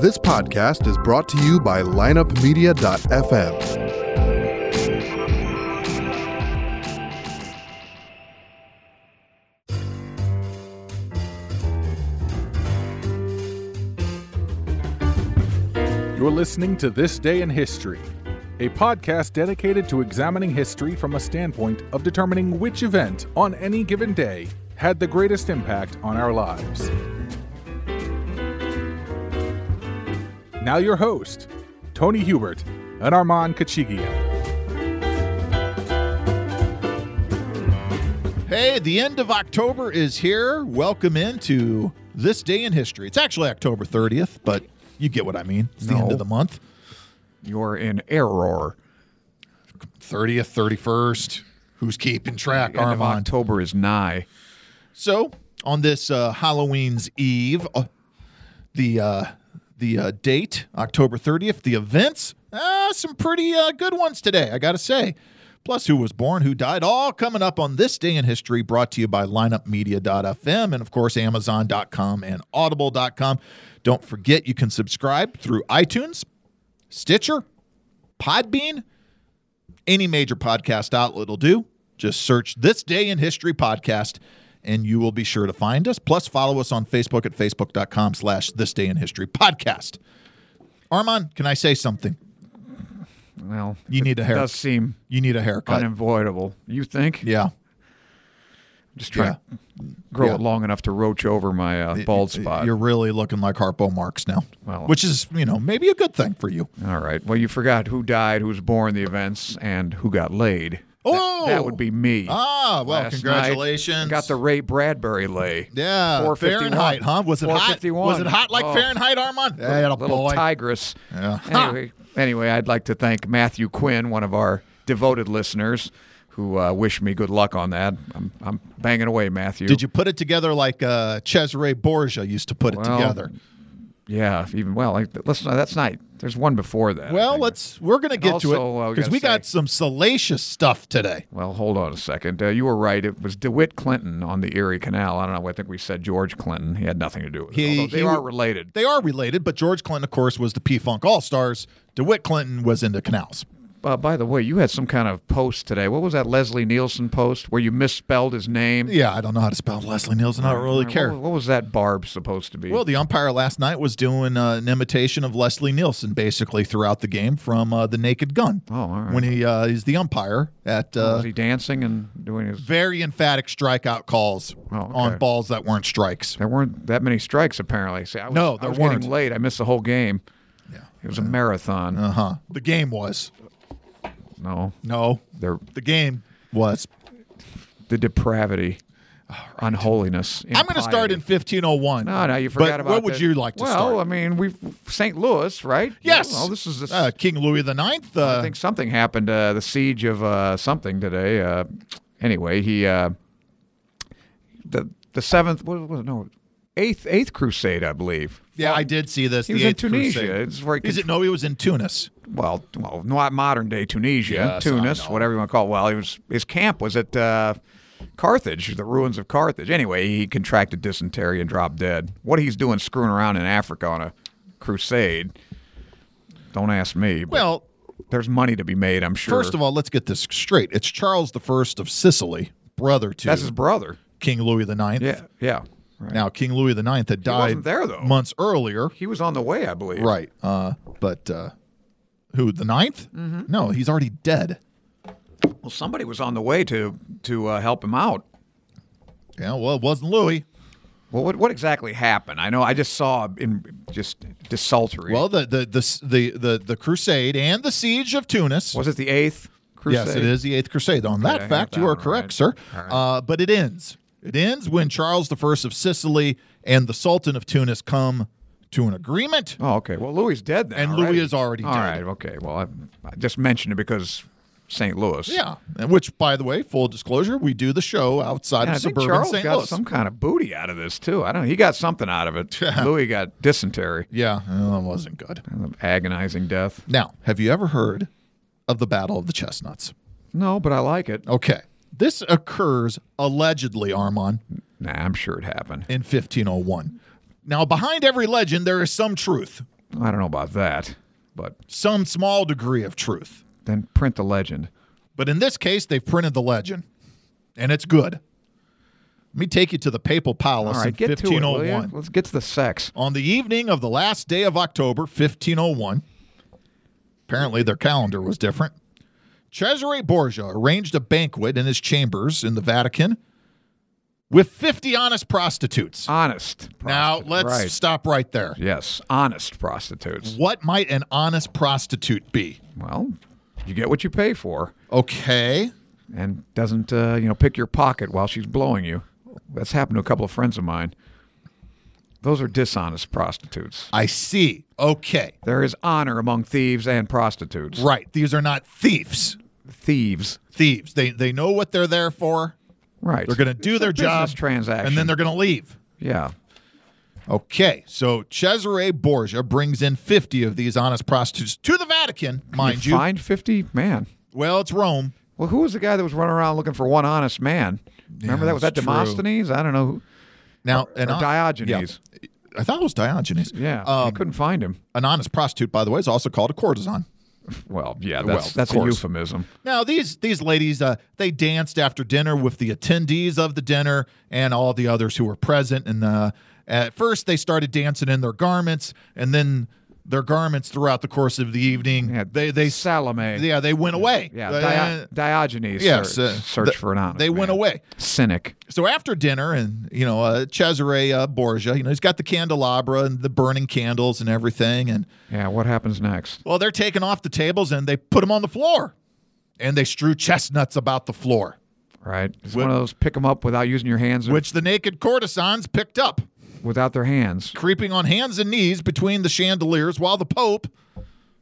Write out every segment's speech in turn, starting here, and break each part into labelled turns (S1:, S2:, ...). S1: This podcast is brought to you by lineupmedia.fm.
S2: You're listening to This Day in History, a podcast dedicated to examining history from a standpoint of determining which event on any given day had the greatest impact on our lives. Now, your host, Tony Hubert and Armand Kachigian.
S3: Hey, the end of October is here. Welcome into this day in history. It's actually October 30th, but you get what I mean. It's the end
S4: No.
S3: of the month.
S4: You're in error.
S3: 30th, 31st. Who's keeping track,
S4: End of
S3: Armand?
S4: October is nigh.
S3: So, on this uh, Halloween's Eve, uh, the uh, the uh, date, October 30th, the events, uh, some pretty uh, good ones today, I got to say. Plus, who was born, who died, all coming up on this day in history, brought to you by lineupmedia.fm and, of course, amazon.com and audible.com. Don't forget you can subscribe through iTunes, Stitcher, Podbean, any major podcast outlet will do. Just search This Day in History podcast, and you will be sure to find us. Plus, follow us on Facebook at facebook.com slash This Day in History podcast. Armand, can I say something?
S4: Well,
S3: You need a
S4: it
S3: hair.
S4: does seem
S3: You need a haircut.
S4: unavoidable. You think?
S3: yeah.
S4: Just trying to grow
S3: Yeah.
S4: it long enough to roach over my uh, bald spot.
S3: You're really looking like Harpo Marx now,
S4: Well-
S3: which is, you know, maybe a good thing for you.
S4: All right. Well, you forgot who died, who was born, the events, and who got laid.
S3: Oh!
S4: that would be me.
S3: Ah, well,
S4: Last night,
S3: congratulations.
S4: got the Ray Bradbury lay.
S3: yeah,
S4: 451.
S3: Fahrenheit, huh? Was it hot?
S4: 451.
S3: Was it hot like
S4: Oh.
S3: Fahrenheit, Armand? Yeah,
S4: little,
S3: atta
S4: little
S3: boy.
S4: tigress.
S3: Yeah.
S4: Anyway, anyway, I'd like to thank Matthew Quinn, one of our devoted listeners, who uh, wished me good luck on that. I'm, I'm banging away, Matthew.
S3: Did you put it together like uh, Cesare Borgia used to put it
S4: Well,
S3: together?
S4: Yeah, even well. Like, listen, that's not. There's one before that. I
S3: Well,
S4: think.
S3: let's we're gonna get to
S4: also, uh,
S3: it
S4: we
S3: because
S4: gotta
S3: we got
S4: say-
S3: some salacious stuff today.
S4: Well, hold on a second. Uh, you were right. It was DeWitt Clinton on the Erie Canal. I don't know. I think we said George Clinton. He had nothing to do with
S3: He-
S4: it. Although they
S3: he-
S4: are related.
S3: They are related, but George Clinton, of course, was the P Funk All Stars. DeWitt Clinton was into canals.
S4: Uh, by the way, you had some kind of post today. What was that Leslie Nielsen post where you misspelled his name?
S3: Yeah, I don't know how to spell Leslie Nielsen. I don't really
S4: What-
S3: care.
S4: What, was that barb supposed to be?
S3: Well, the umpire last night was doing uh, an imitation of Leslie Nielsen basically throughout the game from uh, The Naked Gun.
S4: Oh, all right.
S3: When he uh, is the umpire at uh,
S4: was he dancing and doing his?
S3: very emphatic strikeout calls
S4: Oh, okay.
S3: on balls that weren't strikes.
S4: There weren't that many strikes apparently. See, I was,
S3: No,
S4: I
S3: there
S4: was
S3: weren't.
S4: getting late. I missed the whole game. Yeah, it was a marathon.
S3: Uh huh. The game was.
S4: no,
S3: No,
S4: there
S3: the game was.
S4: the depravity, unholiness.
S3: I'm going to start in
S4: impiety.
S3: 1501.
S4: No, no, you
S3: But
S4: forgot about.
S3: What would
S4: that.
S3: you like to
S4: well,
S3: start?
S4: I mean, we've St. Louis, right?
S3: yes.
S4: Well, this is the.
S3: uh, King Louis the Ninth.
S4: I
S3: Uh,
S4: think something happened. Uh, the siege of uh, something today. Uh, anyway, he uh, the the seventh. What was it? No, eighth eighth crusade, I believe.
S3: yeah, I did see this. the
S4: He was in
S3: Eighth
S4: Tunisia.
S3: Crusade.
S4: It's where he
S3: Is it? No, he was in Tunis.
S4: well, well, not modern day Tunisia,
S3: Yes, I
S4: Tunis,
S3: know.
S4: whatever you want to call it. Well, he was his camp was at uh, Carthage, the ruins of Carthage. Anyway, he contracted dysentery and dropped dead. What he's doing screwing around in Africa on a crusade? Don't ask me. but
S3: Well,
S4: there's money to be made, I'm sure.
S3: first of all, let's get this straight. It's Charles the First of Sicily, brother to
S4: that's his brother.
S3: King Louis the Ninth.
S4: Yeah, yeah. Right.
S3: Now, King Louis the Ninth had died
S4: wasn't there, though.
S3: months earlier.
S4: He was on the way, I believe.
S3: Right. Uh, but uh, who? The Ninth?
S4: Mm-hmm.
S3: No, he's already dead.
S4: Well, somebody was on the way to to uh, help him out.
S3: Yeah. Well, it wasn't Louis.
S4: Well, what what exactly happened? I know I just saw in just desultory.
S3: Well, the the the the the, the crusade and the siege of Tunis.
S4: was it the eighth crusade?
S3: Yes, it is the Eighth Crusade. On
S4: I
S3: that
S4: got
S3: fact,
S4: that
S3: you are
S4: one
S3: correct,
S4: right.
S3: sir.
S4: All right.
S3: Uh, but it ends. It ends when Charles I of Sicily and the Sultan of Tunis come to an agreement.
S4: Oh, okay. Well, Louis is dead then.
S3: And Louis
S4: already.
S3: is already
S4: All
S3: dead.
S4: right. Okay. Well, I, I just mentioned it because St. Louis.
S3: Yeah, and which, by the way, full disclosure, we do the show outside
S4: And I
S3: of
S4: think
S3: suburban
S4: Charles
S3: St.
S4: got
S3: Louis.
S4: some kind of booty out of this too. I don't. know. He got something out of it. Louis got dysentery.
S3: Yeah, well, it wasn't good.
S4: Agonizing death.
S3: Now, have you ever heard of the Battle of the Chestnuts?
S4: No, but I like it.
S3: Okay, this occurs allegedly, Armand,
S4: Nah, I'm sure it happened.
S3: oh in 1501. Now, behind every legend, there is some truth.
S4: I don't know about that, but
S3: Some small degree of truth.
S4: then print the legend.
S3: But in this case, they've printed the legend, and it's good. Let me take you to the Papal Palace
S4: All right,
S3: in
S4: get to it, will you?
S3: 1501.
S4: Let's get to the sex.
S3: On the evening of the last day of October, 1501, apparently their calendar was different, Cesare Borgia arranged a banquet in his chambers in the Vatican with 50 honest prostitutes.
S4: Honest.
S3: now,
S4: prostitute.
S3: let's
S4: Right.
S3: stop right there.
S4: Yes, honest prostitutes.
S3: What might an honest prostitute be?
S4: Well, you get what you pay for,
S3: Okay.
S4: and doesn't uh, you know pick your pocket while she's blowing you. That's happened to a couple of friends of mine. Those are dishonest prostitutes.
S3: I see. Okay.
S4: There is honor among thieves and prostitutes.
S3: Right. These are not thieves.
S4: Thieves.
S3: Thieves. They they know what they're there for.
S4: Right.
S3: They're going to do their job
S4: business transaction.
S3: and then they're going to leave.
S4: yeah.
S3: Okay, so Cesare Borgia brings in 50 of these honest prostitutes to the Vatican, mind you.
S4: Find fifty man.
S3: Well, it's Rome.
S4: Well, who was the guy that was running around looking for one honest man? Remember that was that
S3: that's true.
S4: Demosthenes? I don't know. Who,
S3: Now, an
S4: or
S3: hon-
S4: Diogenes.
S3: Yeah, I thought it was Diogenes.
S4: Yeah, I
S3: Um,
S4: couldn't find him.
S3: an honest prostitute, by the way, is also called a courtesan.
S4: Well, yeah, that's
S3: well, of
S4: that's a
S3: course.
S4: euphemism.
S3: Now, these these ladies, uh, they danced after dinner with the attendees of the dinner and all the others who were present. And uh, at first, they started dancing in their garments, and then their garments throughout the course of the evening,
S4: Yeah,
S3: they they
S4: Salome.
S3: yeah they went away.
S4: Yeah,
S3: They-
S4: Dio- Diogenes.
S3: yes,
S4: search,
S3: uh,
S4: search
S3: th-
S4: for an honest.
S3: they went
S4: man.
S3: away.
S4: Cynic.
S3: so after dinner and you know uh, cesare uh, borgia you know he's got the candelabra and the burning candles and everything and
S4: Yeah, what happens next?
S3: well they're taken off the tables and they put them on the floor and they strew chestnuts about the floor
S4: Right, it's one of those pick them up without using your hands,
S3: which the naked courtesans picked up
S4: without their hands.
S3: creeping on hands and knees between the chandeliers while the pope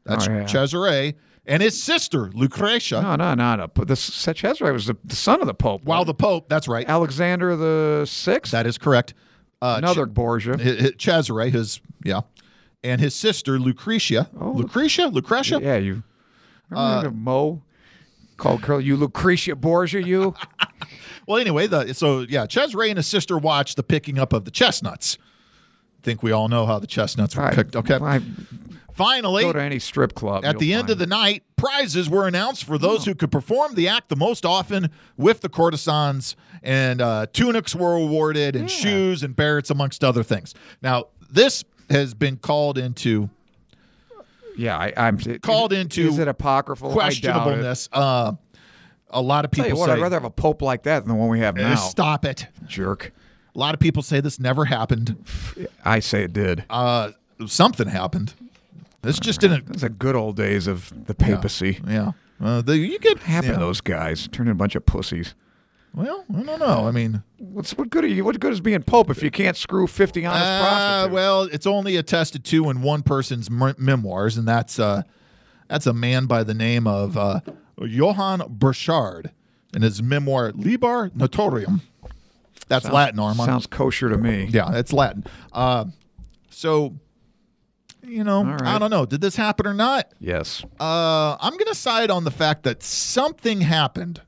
S3: that's
S4: Oh, yeah.
S3: cesare and his sister lucretia
S4: No, no, no, no. But the Cesare was the, the son of the Pope.
S3: while the pope that's right
S4: Alexander the Sixth,
S3: that is correct uh,
S4: another Borgia.
S3: Hi- hi- Cesare, his yeah, and his sister Lucretia. Lucretia, Lucretia.
S4: Oh. Yeah, you.
S3: Uh,
S4: Remember the Mo called Curly? You Lucretia Borgia, you?
S3: Well, anyway, the so yeah, Cesare and his sister watched the picking up of the chestnuts. think we all know how the chestnuts were
S4: I-
S3: picked. Okay,
S4: I
S3: finally,
S4: go to any strip club.
S3: at the end of the night, prizes were announced for those
S4: Hmm.
S3: who could perform the act the most often with the courtesans, and uh, tunics were awarded, and shoes and barrets, amongst other things. Now, this has been called into
S4: Yeah, I, I'm
S3: Called
S4: is,
S3: into
S4: Is it apocryphal? Oh, I doubt it.
S3: questionableness. Uh, a lot of
S4: Tell
S3: people
S4: you what,
S3: say
S4: I'd rather have a pope like that than the one we have now.
S3: Stop it.
S4: Jerk.
S3: A lot of people say this never happened.
S4: I say it did.
S3: Uh, something happened. This just didn't.
S4: Those are good old days of the papacy.
S3: Yeah. Uh, the, you get
S4: Happened
S3: yeah.
S4: to those guys. Turned into a bunch of pussies.
S3: Well, I don't know. I mean,
S4: What's what good are you? What good is being pope if you can't screw fifty honest
S3: uh,
S4: prostitutes?
S3: well, it's only attested to in one person's mer- memoirs, and that's uh, that's a man by the name of uh, Johann Burchard in his memoir Libar Notorium. That's Latin, Armand.
S4: Sounds kosher to me.
S3: Yeah, it's Latin. Uh, so, you know,
S4: right.
S3: I don't know. Did this happen or not?
S4: Yes.
S3: Uh, I'm going to side on the fact that something happened.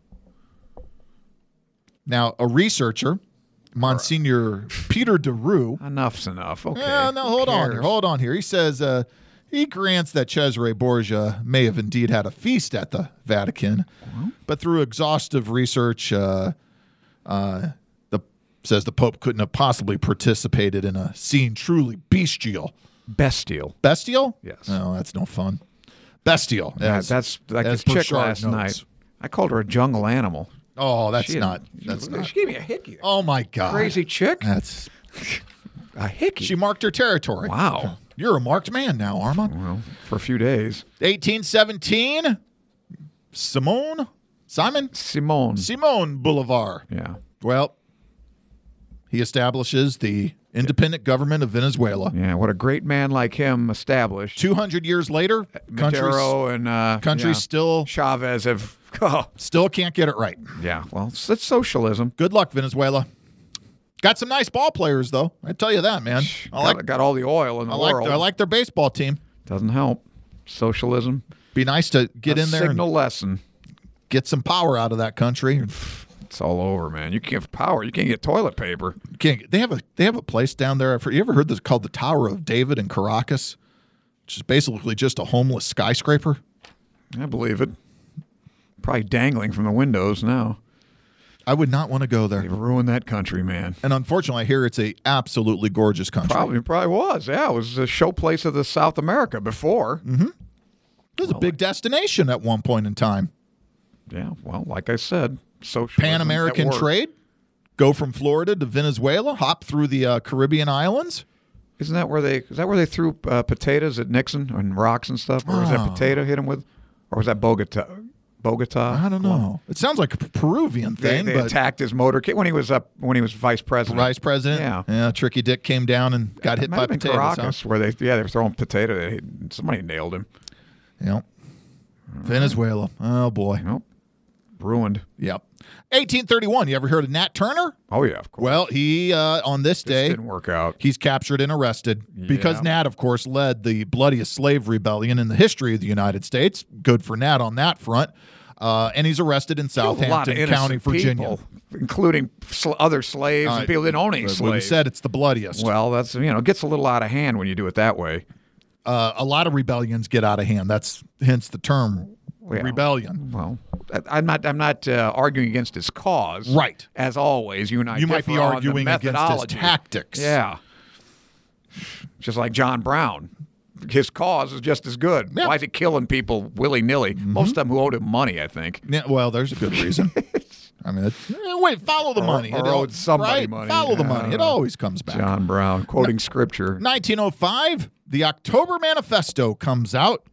S3: Now, a researcher, Monsignor Peter DeRue.
S4: Enough's enough. Okay.
S3: Yeah, no,
S4: Who
S3: hold on here.
S4: cares?
S3: Hold on here. He says uh, he grants that Cesare Borgia may have indeed had a feast at the Vatican, but through exhaustive research, uh, uh, the says the Pope couldn't have possibly participated in a scene truly bestial.
S4: Bestial.
S3: Bestial?
S4: Yes.
S3: No, that's no fun. Bestial.
S4: Yeah,
S3: Yes.
S4: that's like
S3: as
S4: this chick
S3: Burchard
S4: last
S3: notes.
S4: night. I called her a jungle animal.
S3: Oh, that's
S4: She-
S3: not.
S4: she-
S3: That's
S4: she,
S3: not.
S4: gave me a hickey.
S3: Oh my God.
S4: Crazy chick.
S3: That's.
S4: A hickey.
S3: She marked her territory.
S4: wow.
S3: You're a marked man now, Armand.
S4: Well, for a few days.
S3: 1817. Simone. Simon.
S4: Simone.
S3: Simone Boulevard.
S4: yeah.
S3: Well, he establishes the independent government of Venezuela.
S4: Yeah, what a great man like him established.
S3: 200 years later, countries
S4: Madero and uh,
S3: country
S4: yeah,
S3: still
S4: Chavez have. Oh,
S3: still can't get it right.
S4: yeah, well, it's, it's socialism.
S3: Good luck, Venezuela. Got some nice ball players though. I tell you that, man. I
S4: got,
S3: like
S4: got all the oil in the
S3: I like
S4: world.
S3: I like their baseball team.
S4: Doesn't help. Socialism.
S3: Be nice to get
S4: a
S3: in there and
S4: Signal lesson.
S3: get some power out of that country.
S4: It's all over, man. You can't have power. You can't get toilet paper.
S3: Can't, they have a they have a place down there. I've heard- You ever heard this called the Tower of David in Caracas? which is basically just a homeless skyscraper.
S4: I believe it. Probably dangling from the windows now.
S3: I would not want to go there.
S4: They've ruined that country, man.
S3: And unfortunately, I hear it's a absolutely gorgeous country.
S4: Probably, probably was. Yeah, it was the showplace of the South America before.
S3: Mm-hmm. It was a big destination at one point in time.
S4: Yeah. Well, like I said, social
S3: Pan American trade, go from Florida to Venezuela, hop through the uh, Caribbean islands.
S4: Isn't that where they? Is that where they threw uh, potatoes at Nixon and rocks and stuff? Or was that
S3: Oh.
S4: potato hit him with? Or was that Bogota? Bogota.
S3: I don't know. It sounds like a P- Peruvian
S4: They,
S3: thing,
S4: they
S3: but
S4: attacked his motorcade when he was up when he was vice president.
S3: vice president.
S4: Yeah.
S3: Tricky Dick came down and got hit
S4: Might
S3: by
S4: have been
S3: potatoes. huh?
S4: Caracas, where they yeah they were throwing potato. At him. Somebody nailed him.
S3: Yep. Venezuela. Oh boy.
S4: Nope. Ruined.
S3: Yep. 1831. You ever heard of Nat Turner?
S4: Oh yeah, of course.
S3: Well, he uh, on this day
S4: didn't work out.
S3: he's captured and arrested because
S4: Yeah.
S3: Nat, of course, led the bloodiest slave rebellion in the history of the United States. Good for Nat on that front. Uh, and he's arrested in
S4: Killed a lot of
S3: Southampton
S4: innocent
S3: County, Virginia.
S4: people, including sl- other slaves
S3: Uh,
S4: and people that didn't own any
S3: As we
S4: slaves.
S3: said, it's the bloodiest.
S4: well, that's you know it gets a little out of hand when you do it that way.
S3: Uh, a lot of rebellions get out of hand. That's hence the term
S4: Yeah.
S3: rebellion.
S4: Well, I- I'm not. I'm not uh, arguing against his cause.
S3: Right.
S4: As always, you and I.
S3: You might
S4: differ
S3: be
S4: on the
S3: arguing against his
S4: methodology.
S3: tactics.
S4: Yeah. Just like John Brown, his cause is just as good.
S3: Yeah. Mm-hmm.
S4: Why is he killing people willy nilly? Most of them who owed him money, I think.
S3: Yeah, well, there's a good reason. I mean, it's, eh, wait, follow the money.
S4: or
S3: It al-
S4: owed somebody
S3: right?
S4: money.
S3: Follow the
S4: Yeah, I
S3: money. It
S4: don't know.
S3: always comes back.
S4: John Brown quoting scripture.
S3: 1905, the October Manifesto comes out.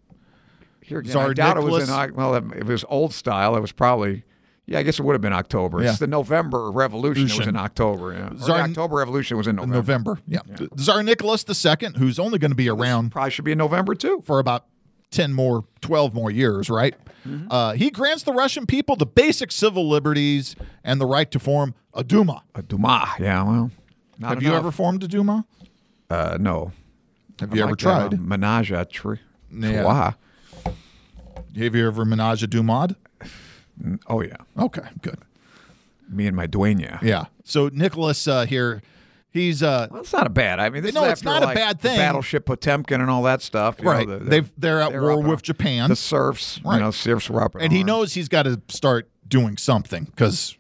S4: Here again,
S3: Tsar
S4: I doubt it
S3: Nicholas.
S4: was in Oc- well, if it was old style. It was probably yeah. I guess it would have been October.
S3: Yeah.
S4: It's the November Revolution. It was in October. Yeah. Or the
S3: Tsar-
S4: October Revolution was in November.
S3: November. Yeah. Tsar Nicholas II, who's only going to be around
S4: Probably should be in November too.
S3: for about 10 more, 12 more years, right?
S4: Mm-hmm.
S3: Uh, he grants the Russian people the basic civil liberties and the right to form a Duma.
S4: A Duma. Yeah. Well, not
S3: Have you
S4: enough.
S3: ever formed a Duma?
S4: Uh, no.
S3: Have
S4: I'm
S3: you ever
S4: like that,
S3: tried?
S4: uh, Menage a tri-
S3: Yeah.
S4: trois.
S3: Have you ever menage a Dumad?
S4: Oh yeah.
S3: Okay, good.
S4: Me and my dueña.
S3: Yeah. So Nicholas uh, here, he's uh,
S4: Well, it's not a bad. I mean, this
S3: No,
S4: is
S3: it's
S4: after,
S3: not a
S4: like,
S3: bad
S4: the
S3: thing.
S4: Battleship Potemkin and all that stuff. you know,
S3: right.
S4: the- the-
S3: They've they're at
S4: they're
S3: war
S4: up in
S3: with
S4: a-
S3: Japan,
S4: the serfs.
S3: Right.
S4: You know, serfs were up in
S3: and he
S4: arms.
S3: knows he's got to start doing something because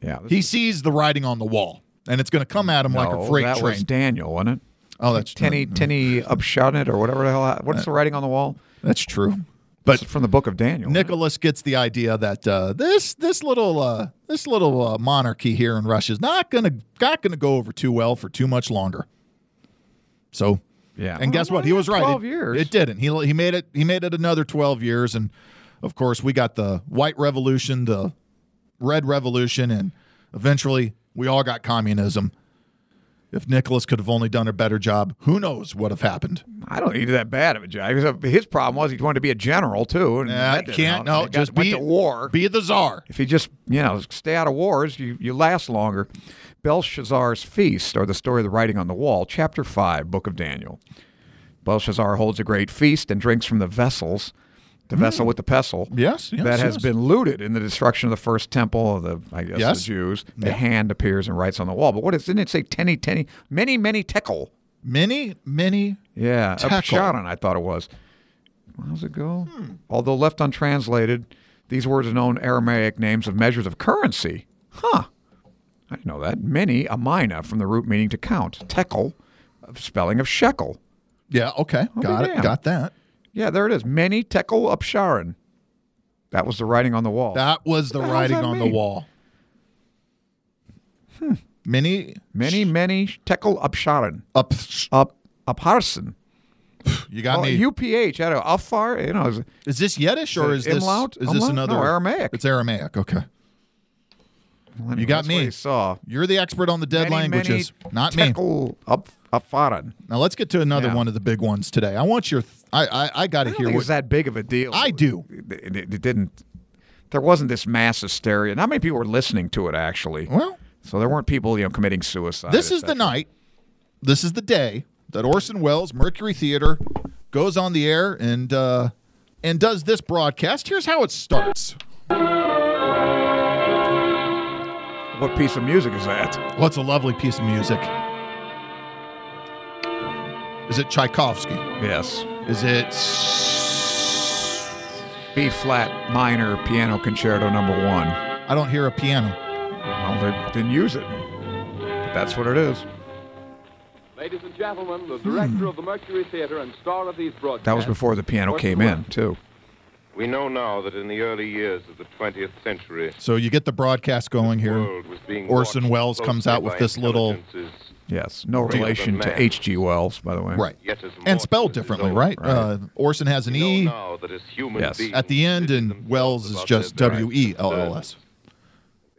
S4: Yeah. this
S3: he sees the writing on the wall, and it's going to come at him like
S4: No,
S3: a freight
S4: Oh, that
S3: train.
S4: was Daniel, wasn't it?
S3: oh, that's Uh,
S4: Tenny Tenny Upshonit or whatever the hell. What's the writing on the wall?
S3: That's true.
S4: It's from the book of Daniel.
S3: Nicholas gets the idea that uh, this this little uh, this little uh, monarchy here in Russia is not gonna not gonna go over too well for too much longer. So,
S4: Yeah.
S3: and guess
S4: Well,
S3: what? He was right.
S4: 12
S3: It-
S4: years.
S3: It didn't. He he made it. He made it another twelve years, and of course we got the White Revolution, the Red Revolution, and eventually we all got communism. If Nicholas could have only done a better job, who knows what would have happened?
S4: I don't think he did that bad of a job. He was a- His problem was he wanted to be a general too. And
S3: Nah,
S4: that didn't
S3: can't.
S4: help.
S3: No,
S4: He got-
S3: just
S4: went
S3: be
S4: to war.
S3: Be the czar.
S4: if you just you know stay out of wars, you you last longer. Belshazzar's feast, or the story of the writing on the wall, chapter five, book of Daniel. Belshazzar holds a great feast and drinks from the vessels, the vessel with the pestle.
S3: Hmm. Yes, yes,
S4: that has
S3: yes.
S4: been looted in the destruction of the first temple of the I guess
S3: Yes.
S4: the Jews. The hand appears and writes on the wall. But what is? Didn't it say tenny tenny many many tekel?
S3: Many, many
S4: Yeah,
S3: Tekel.
S4: Upsharon, I thought it was. How's it go?
S3: Hmm.
S4: Although left untranslated, these words are known Aramaic names of measures of currency. Huh. I didn't know that. Many, a mina, from the root meaning to count. Tekel, a spelling of shekel.
S3: Yeah, okay.
S4: I'll be
S3: got it.
S4: damned.
S3: Got that.
S4: Yeah, there it is. Many Tekel Upsharon. That was the writing on the wall.
S3: That was the,
S4: What the hell does
S3: writing
S4: that
S3: on
S4: mean? Hmm.
S3: the wall. Many
S4: many, many Tekel Upsharon.
S3: up
S4: Up, Upharson.
S3: you got
S4: Oh,
S3: me.
S4: UPH, I don't know. Afar, you know. is-
S3: is this Yiddish or
S4: it
S3: is this
S4: Imlaut?
S3: is this
S4: Umlaut?
S3: another
S4: No, Aramaic.
S3: It's Aramaic. Okay.
S4: well,
S3: got
S4: that's what
S3: me.
S4: he saw.
S3: You're the expert on the dead
S4: Many,
S3: languages,
S4: many
S3: not me.
S4: Tekel Up, Upfaran.
S3: Now let's get to another
S4: Yeah.
S3: one of the big ones today. I want your th- I I, I got to
S4: I
S3: hear
S4: don't think it
S3: what
S4: was that big of a deal.
S3: I do.
S4: It, it- it didn't. There wasn't this mass hysteria. Not many people were listening to it actually.
S3: Well,
S4: so there weren't people you know committing suicide.
S3: this
S4: et
S3: is the
S4: cetera.
S3: night. This is the day that Orson Welles Mercury Theater goes on the air and uh and does this broadcast. Here's how it starts.
S4: What piece of music is that?
S3: What's a lovely piece of music? Is it Tchaikovsky?
S4: Yes.
S3: Is it s-
S4: B flat minor piano concerto number one.
S3: I don't hear a piano.
S4: Well, they didn't use it. But that's what it is.
S5: Ladies and gentlemen, the
S3: Hmm.
S5: director of the Mercury Theater and star of these broadcasts.
S4: That was before the piano came in, too.
S6: We know now that in the early years of the 20th century,
S3: So you get the broadcast going
S6: the
S3: here.
S6: world was being
S3: Orson
S6: watched
S3: Welles comes out
S6: closely
S3: with
S6: by
S3: this little-
S6: intelligences
S4: Yes. No
S6: than
S4: relation to
S6: man.
S4: H.G. Wells, by the way.
S3: Right.
S6: Yet as mortal
S3: And spelled
S6: as
S3: differently,
S6: old.
S3: right? Uh, Orson has an
S6: We
S3: E
S6: know now that as human
S4: Yes.
S6: beings,
S3: at the
S6: it
S3: end,
S6: is
S3: and
S6: themselves
S3: Wells is
S6: about
S3: just
S6: their
S3: W
S6: direct
S3: E L L
S6: concerns.
S3: S.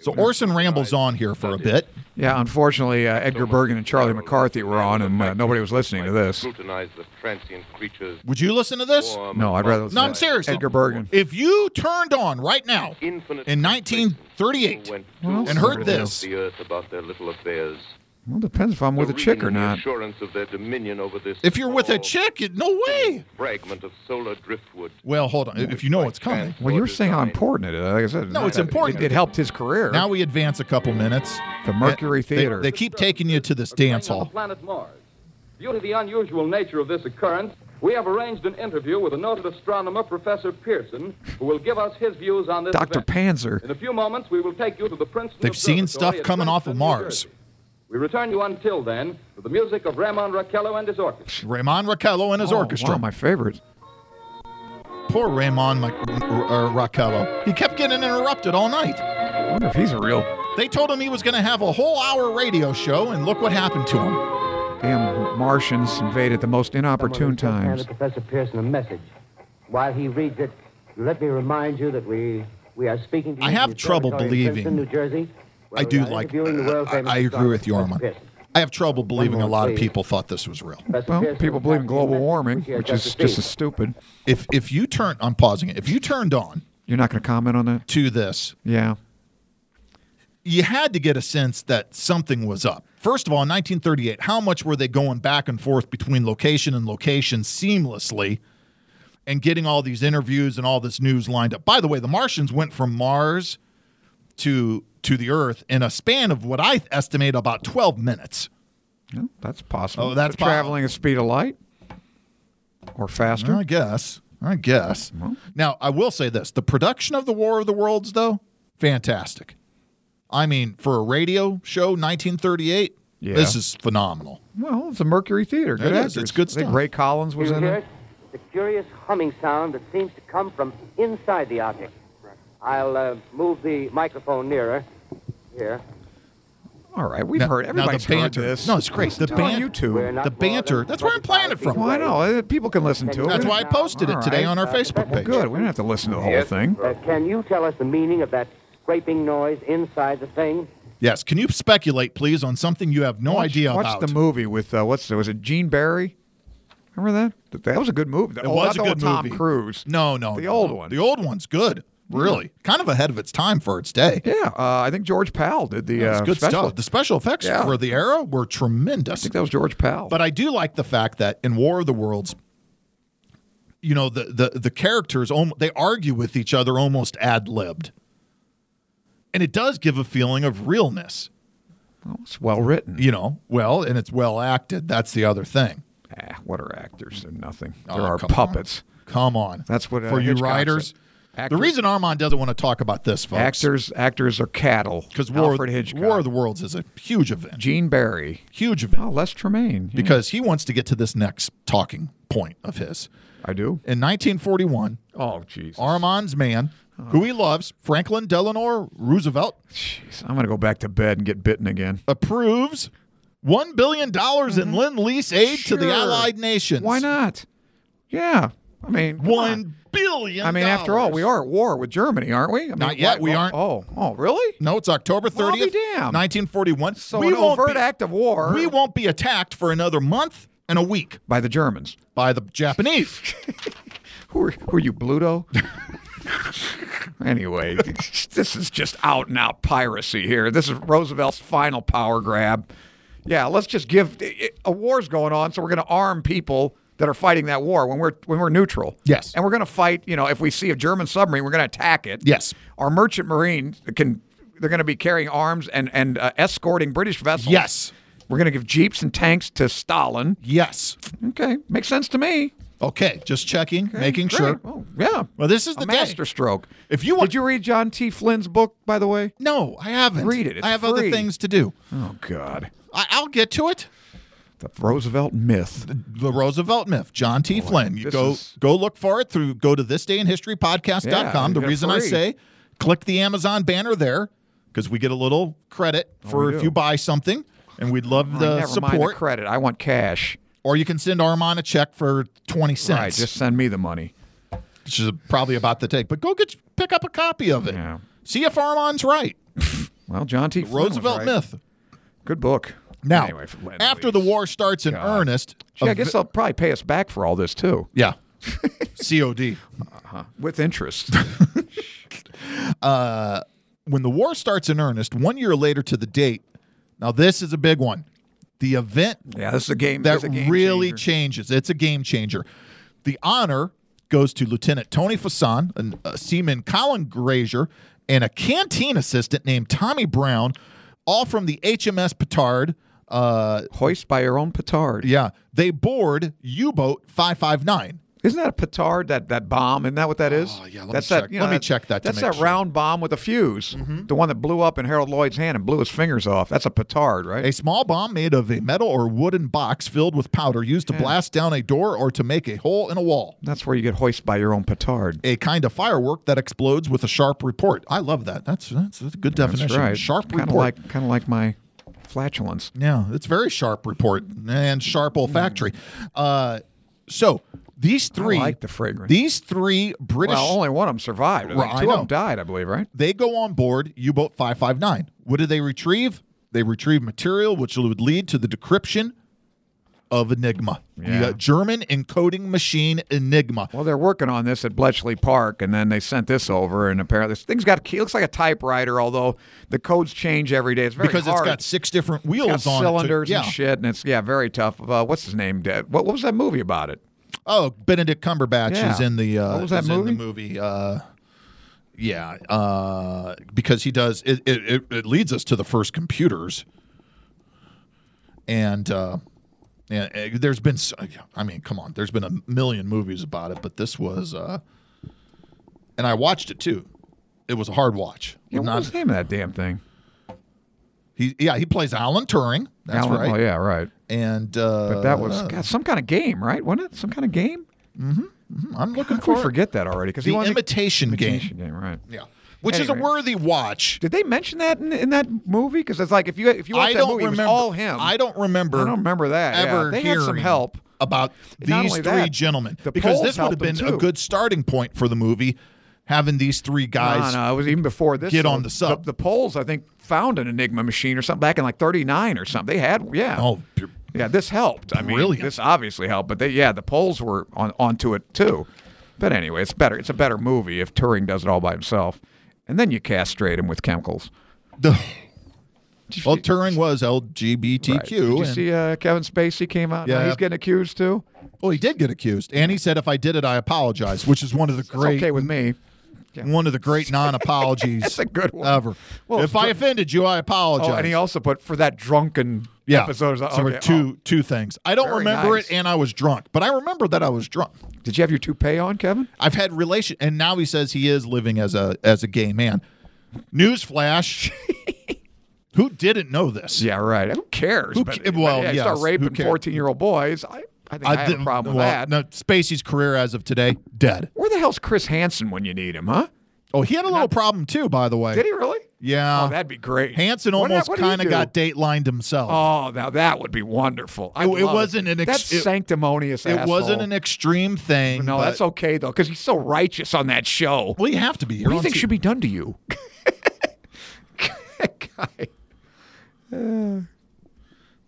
S3: So Orson rambles on here for a bit.
S4: Yeah, unfortunately, uh, Edgar Bergen and Charlie McCarthy were on, and uh, nobody was listening to this.
S6: Scrutinize the transient creatures.
S3: Would you listen to this?
S6: form
S4: No, I'd
S6: and
S4: rather.
S6: multiply
S3: No, I'm serious.
S4: Edgar Bergen.
S3: If you turned on right now
S6: Infinite
S3: in 1938
S6: went
S4: Well,
S6: to
S4: and
S3: heard
S6: the
S3: this.
S6: The earth about their little affairs.
S4: Well, depends if I'm with a
S6: The
S4: chick
S6: reading
S4: or
S6: and the
S4: not.
S6: Assurance of their dominion over this.
S3: If you're with a
S6: small
S3: chick, it- no way.
S6: Fragment of solar driftwood.
S3: Well, hold on. If you know it's coming.
S4: Well, you were saying how important it is. Like I said,
S3: No, it's
S4: it-
S3: important.
S4: It, helped his career.
S3: Now we advance a couple minutes.
S4: the Mercury
S3: They-
S4: Theater.
S3: They, keep taking you to this dance
S5: On the
S3: hall.
S5: planet Mars. Due to the unusual nature of this occurrence, we have arranged an interview with a noted astronomer, Professor Pearson, who will give us his views on this
S4: Dr.
S5: event.
S4: Panzer.
S5: In a few moments, we will take you to the Princeton.
S3: They've seen
S5: Observatory
S3: stuff
S5: at
S3: coming off of
S5: Princeton,
S3: Mars.
S5: New Jersey. We return you until then to the music of Ramon Raquello and his orchestra.
S3: Raymond Raquello and his
S4: Oh, One
S3: orchestra.
S4: of my favorites.
S3: Poor Raymond Mac- uh, Raquello. He kept getting interrupted all night.
S4: I wonder if he's a real
S3: They told him he was going to have a whole hour radio show, and look what happened to him.
S4: damn Martians invaded the most inopportune
S7: Someone has
S4: times.
S7: just handed Professor Pearson a message. While he reads it, let me remind you that we we are speaking. To you
S3: I
S7: from
S3: have
S7: the
S3: trouble
S7: observatory in
S3: believing.
S7: Princeton, New Jersey. where
S3: I
S7: we
S3: do
S7: are
S3: like. uh,
S7: interviewing the
S3: I,
S7: world-famous
S3: I agree with you,
S7: astronomer,
S3: Armand.
S7: Professor Pearson.
S3: I have trouble believing a
S7: moment,
S3: lot of
S7: please.
S3: people thought this was real.
S7: Professor
S4: Well,
S7: Pearson
S4: people
S7: will
S4: bridge believe in
S7: not
S4: global
S7: be met
S4: warming,
S7: with your
S4: which is
S7: justice
S4: just as stupid.
S3: If if you turn, I'm pausing it. If you turned on
S4: You're not going to comment on that?
S3: to this,
S4: Yeah.
S3: you had to get a sense that something was up. First of all, in 1938, how much were they going back and forth between location and location seamlessly and getting all these interviews and all this news lined up? By the way, the Martians went from Mars to to the Earth in a span of what I estimate about 12 minutes.
S4: No, that's possible.
S3: Oh, that's
S4: They're traveling at the speed of light or faster.
S3: I guess. I guess. Now, I will say this the production of The War of the Worlds, though, fantastic. I mean, for a radio show, 1938,
S4: Yeah.
S3: this is phenomenal.
S4: Well, it's a Mercury Theater. Good
S3: It is.
S4: actors.
S3: It's good
S4: I think
S3: stuff.
S4: Ray Collins was
S7: You
S4: in
S7: hear
S4: it.
S7: it? The curious humming sound that seems to come from inside the object. I'll uh, move the microphone nearer. Here.
S4: All right, we've
S3: Now-
S4: heard
S3: now
S4: everybody's
S3: the banter.
S4: heard this.
S3: No, it's great. The
S4: It's on
S3: banter.
S7: We're
S4: YouTube.
S7: not
S3: The
S7: more than
S3: banter. That's where I'm playing it from.
S4: Well, I know uh, people can listen to it.
S3: That's why I posted it
S4: All
S3: today
S4: right.
S3: on our Facebook
S4: Well,
S3: page.
S4: good. We don't have to listen to the whole
S6: Yes.
S4: thing.
S7: Uh, can you tell us the meaning of that scraping noise inside the thing?
S3: Yes. Can you speculate, please, on something you have no
S4: Watch-
S3: idea
S4: watch
S3: about?
S4: the movie with uh, what's was it Gene Barry? Remember that? That- That was a good movie.
S3: It
S4: oh,
S3: was
S4: not
S3: a
S4: the
S3: good
S4: old Tom
S3: movie.
S4: Cruise.
S3: No, no.
S4: The
S3: no.
S4: old one.
S3: The old one's good. Really. Kind of ahead of its time for its day.
S4: Yeah, uh, I think George Powell did the
S3: It's
S4: uh,
S3: good
S4: special.
S3: stuff. The special effects
S4: Yeah.
S3: for the era were
S4: I
S3: tremendous.
S4: think that was George Powell.
S3: But I do like the fact that in War of the Worlds, you know, the the the characters alm- they argue with each other almost ad libbed, and it does give a feeling of realness.
S4: Well, it's well written.
S3: You know, well, and it's well acted. That's the other thing.
S4: Ah, what are actors? They're nothing. There
S3: Oh,
S4: are
S3: come
S4: puppets.
S3: on. Come on,
S4: That's what, uh,
S3: for you
S4: Hitchcock
S3: writers.
S4: said.
S3: The
S4: Actors-
S3: reason Armand doesn't want to talk about this, folks,
S4: Actors, actors are cattle.
S3: because War,
S4: Alfred Hitchcock,
S3: War of the Worlds is a huge event,
S4: Gene Barry.
S3: huge event,
S4: Oh, Les Tremaine. Yeah,
S3: because he wants to get to this next talking point of his.
S4: I do.
S3: In 1941,
S4: Oh, jeez.
S3: Armand's man, who he loves, Franklin Delano Roosevelt,
S4: Jeez, I'm gonna go back to bed and get bitten again.
S3: approves $1 billion dollars in lend lease aid to the
S4: Mm-hmm. Sure.
S3: Allied nations.
S4: Why not? Yeah, I mean, come on.
S3: $1 billion.
S4: I mean, after all, we
S3: dollars.
S4: are at war with Germany, aren't we? I mean,
S3: Not yet,
S4: why-
S3: we aren't.
S4: Oh, oh, really?
S3: No, it's October 30th,
S4: Well, I'll be damned.
S3: 1941.
S4: So an overt
S3: be,
S4: act of war
S3: We won't be attacked for another month and a week
S4: by the Germans.
S3: by the Japanese.
S4: Who are, who are you, Bluto? anyway, this is just out and out piracy here. This is Roosevelt's final power grab. Yeah, let's just give i- i- a war's going on, so we're going to arm people that are fighting that war when we're when we're neutral.
S3: Yes.
S4: and we're going to fight. You know, if we see a German submarine, we're going to attack it.
S3: Yes.
S4: our merchant marine can. They're going to be carrying arms and and uh, escorting British vessels.
S3: Yes.
S4: we're going to give jeeps and tanks to Stalin.
S3: yes.
S4: Okay, makes sense to me.
S3: Okay, just checking, making
S4: Great.
S3: sure.
S4: Oh, yeah.
S3: Well, this is
S4: A
S3: the day.
S4: master stroke.
S3: If you want-
S4: Did you read John T. Flynn's book, by the way?
S3: No, I haven't.
S4: Read it. It's
S3: I have other
S4: free.
S3: things to do.
S4: Oh God.
S3: I, I'll get to it.
S4: The Roosevelt myth.
S3: The Roosevelt myth, John T. Flynn. You
S4: this
S3: go
S4: is-
S3: go look for it through go to thisdayinhistorypodcast.com.
S4: Yeah,
S3: the
S4: they're
S3: reason I
S4: free.
S3: say click the Amazon banner there because we get a little credit for
S4: Oh, we
S3: if
S4: do.
S3: you buy something, and we'd love
S4: Oh,
S3: the
S4: never
S3: support.
S4: mind the credit. I want cash.
S3: or you can send Armand a check for twenty cents,
S4: Right. Just send me the money.
S3: which is probably about to take. But go get pick up a copy of it.
S4: Yeah.
S3: See if Armand's right.
S4: Well, John T. Flynn was
S3: Roosevelt
S4: right.
S3: myth.
S4: Good book.
S3: Now,
S4: Anyway, for Lend
S3: after
S4: Lease.
S3: the war starts in earnest,
S4: Gee, I
S3: a
S4: guess
S3: vi-
S4: they'll probably pay us back for all this too,
S3: yeah, COD.
S4: with interest.
S3: When the war starts in earnest, one year later to the date. Now this is a big one. The event
S4: yeah, this is a game.
S3: that
S4: this is a game
S3: really
S4: changer.
S3: changes. It's a game changer. The honor goes to Lieutenant Tony Fasson, an, a seaman Colin Grazier, and a canteen assistant named Tommy Brown, all from the HMS Petard. Uh,
S4: hoist by your own petard.
S3: yeah, they board U-boat 559.
S4: Isn't that a petard? That that bomb? Isn't that what that is?
S3: Oh, yeah, let me
S4: that's
S3: check-
S4: That, you
S3: let
S4: know,
S3: me check that to
S4: That's
S3: make
S4: that
S3: sure. Mm-hmm.
S4: round bomb with a fuse. The one that blew up in Harold Lloyd's hand and blew his fingers off. That's a petard, right?
S3: A small bomb made of a metal or wooden box filled with powder used to blast down a door or to make a hole in a wall.
S4: that's where you get hoist by your own petard.
S3: A kind of firework that explodes with a sharp report. I love that. That's that's a good definition.
S4: That's right.
S3: Sharp
S4: kind
S3: report.
S4: of like kind of like my flatulence.
S3: Yeah, it's very sharp report and sharp olfactory. Uh, so these three,
S4: like the fragrance.
S3: These three British,
S4: Well, only one of them survived. I think
S3: Well, I
S4: Two of
S3: know.
S4: them died, I believe, right?
S3: they go on board U-boat five five nine. What do they retrieve? They retrieve material which would lead to the decryption of Enigma,
S4: Yeah.
S3: the uh, German encoding machine Enigma.
S4: Well, they're working on this at Bletchley Park, and then they sent this over, and apparently this thing's got a key. It looks like a typewriter, although the codes change every day. It's very
S3: because it's
S4: hard.
S3: got six different
S4: It's
S3: wheels
S4: got
S3: on it.
S4: cylinders
S3: to- yeah.
S4: and shit, and it's yeah, very tough. Uh, what's his name? Uh, What, what was that movie about it?
S3: Oh, Benedict Cumberbatch
S4: Yeah.
S3: is in the. Uh,
S4: What was that
S3: is In the movie. Uh, yeah, uh, because he does. It, it, it, it leads us to the first computers, and uh, and uh, there's been. s- I mean, come on. There's been a million movies about it, but this was. Uh, and I watched it too. It was a hard watch.
S4: Yeah, what
S3: Not-
S4: was the name of that damn thing?
S3: he, yeah, he plays Alan Turing. That's
S4: Alan-
S3: right.
S4: Oh yeah, right.
S3: And uh,
S4: But that was God, some kind of game, right? Wasn't it some kind of game?
S3: I'm looking
S4: How could
S3: for
S4: we
S3: it.
S4: forget that already? Because
S3: the imitation,
S4: imitation
S3: game.
S4: game, right?
S3: Yeah, which is a
S4: Anyway.
S3: worthy watch.
S4: Did they mention that in, in that movie? Because it's like if you if you watch
S3: I
S4: that
S3: don't
S4: movie, it was
S3: remember
S4: all him.
S3: I don't remember.
S4: I don't remember that, yeah.
S3: Ever
S4: They had
S3: hearing
S4: some help.
S3: about
S4: Not
S3: these
S4: only
S3: three
S4: that,
S3: gentlemen
S4: the
S3: because
S4: Poles
S3: this would have
S4: helped them
S3: been a
S4: too.
S3: good starting point for the movie, having these three guys.
S4: No, no, it was even before this.
S3: get
S4: So
S3: on the sub.
S4: The, Poles, I think, found an Enigma machine or something back in like '39 or something. They had, yeah.
S3: Oh, b-
S4: yeah. This helped. I mean,
S3: Brilliant.
S4: this obviously helped, but they, yeah, the Poles were on onto it too. But anyway, it's better. It's a better movie if Turing does it all by himself, and then you castrate him with chemicals.
S3: the- well, Turing was LGBTQ.
S4: Right. Did you
S3: and-
S4: see uh, Kevin Spacey came out? Now
S3: Yeah.
S4: he's getting accused too.
S3: oh, he did get accused, and he said, "If I did it, I apologize," which is one of the
S4: It's
S3: great,
S4: okay with me.
S3: one of the great non-apologies
S4: That's a good one.
S3: ever.
S4: Well,
S3: if I
S4: dr-
S3: offended you, I apologize.
S4: Oh, and he also put for that drunken
S3: yeah.
S4: episode.
S3: So
S4: okay, Oh.
S3: there were two two things. I don't
S4: Very
S3: remember
S4: nice.
S3: it, and I was drunk, but I remember that I was drunk.
S4: oh. Did you have your toupee on, Kevin?
S3: I've had relation, and now he says he is living as a as a gay man. Newsflash: Who didn't know this?
S4: Yeah, right. Who cares?
S3: Who
S4: but,
S3: ca- well,
S4: but yeah, you
S3: yes,
S4: start
S3: who
S4: raping
S3: cares?
S4: fourteen-year-old boys. I, I think I, have
S3: didn't-
S4: a problem
S3: well,
S4: with that.
S3: No, Spacey's career as of today, dead.
S4: Where the hell's Chris Hansen when you need him? Huh?
S3: Oh, he had a little problem too, by the way.
S4: Did he really?
S3: Yeah.
S4: Oh, that'd be great.
S3: Hanson
S4: What did-
S3: Uh, almost
S4: what did he
S3: kind of
S4: do?
S3: got datelined himself.
S4: Oh, now that would be wonderful. I
S3: It- it
S4: love
S3: wasn't an ex-
S4: that's
S3: it-
S4: sanctimonious.
S3: it
S4: asshole.
S3: wasn't an extreme thing.
S4: No,
S3: but-
S4: that's okay though, because he's so righteous on that show.
S3: Well, you have to be.
S4: What do you think should be done to you? Guy.
S3: Let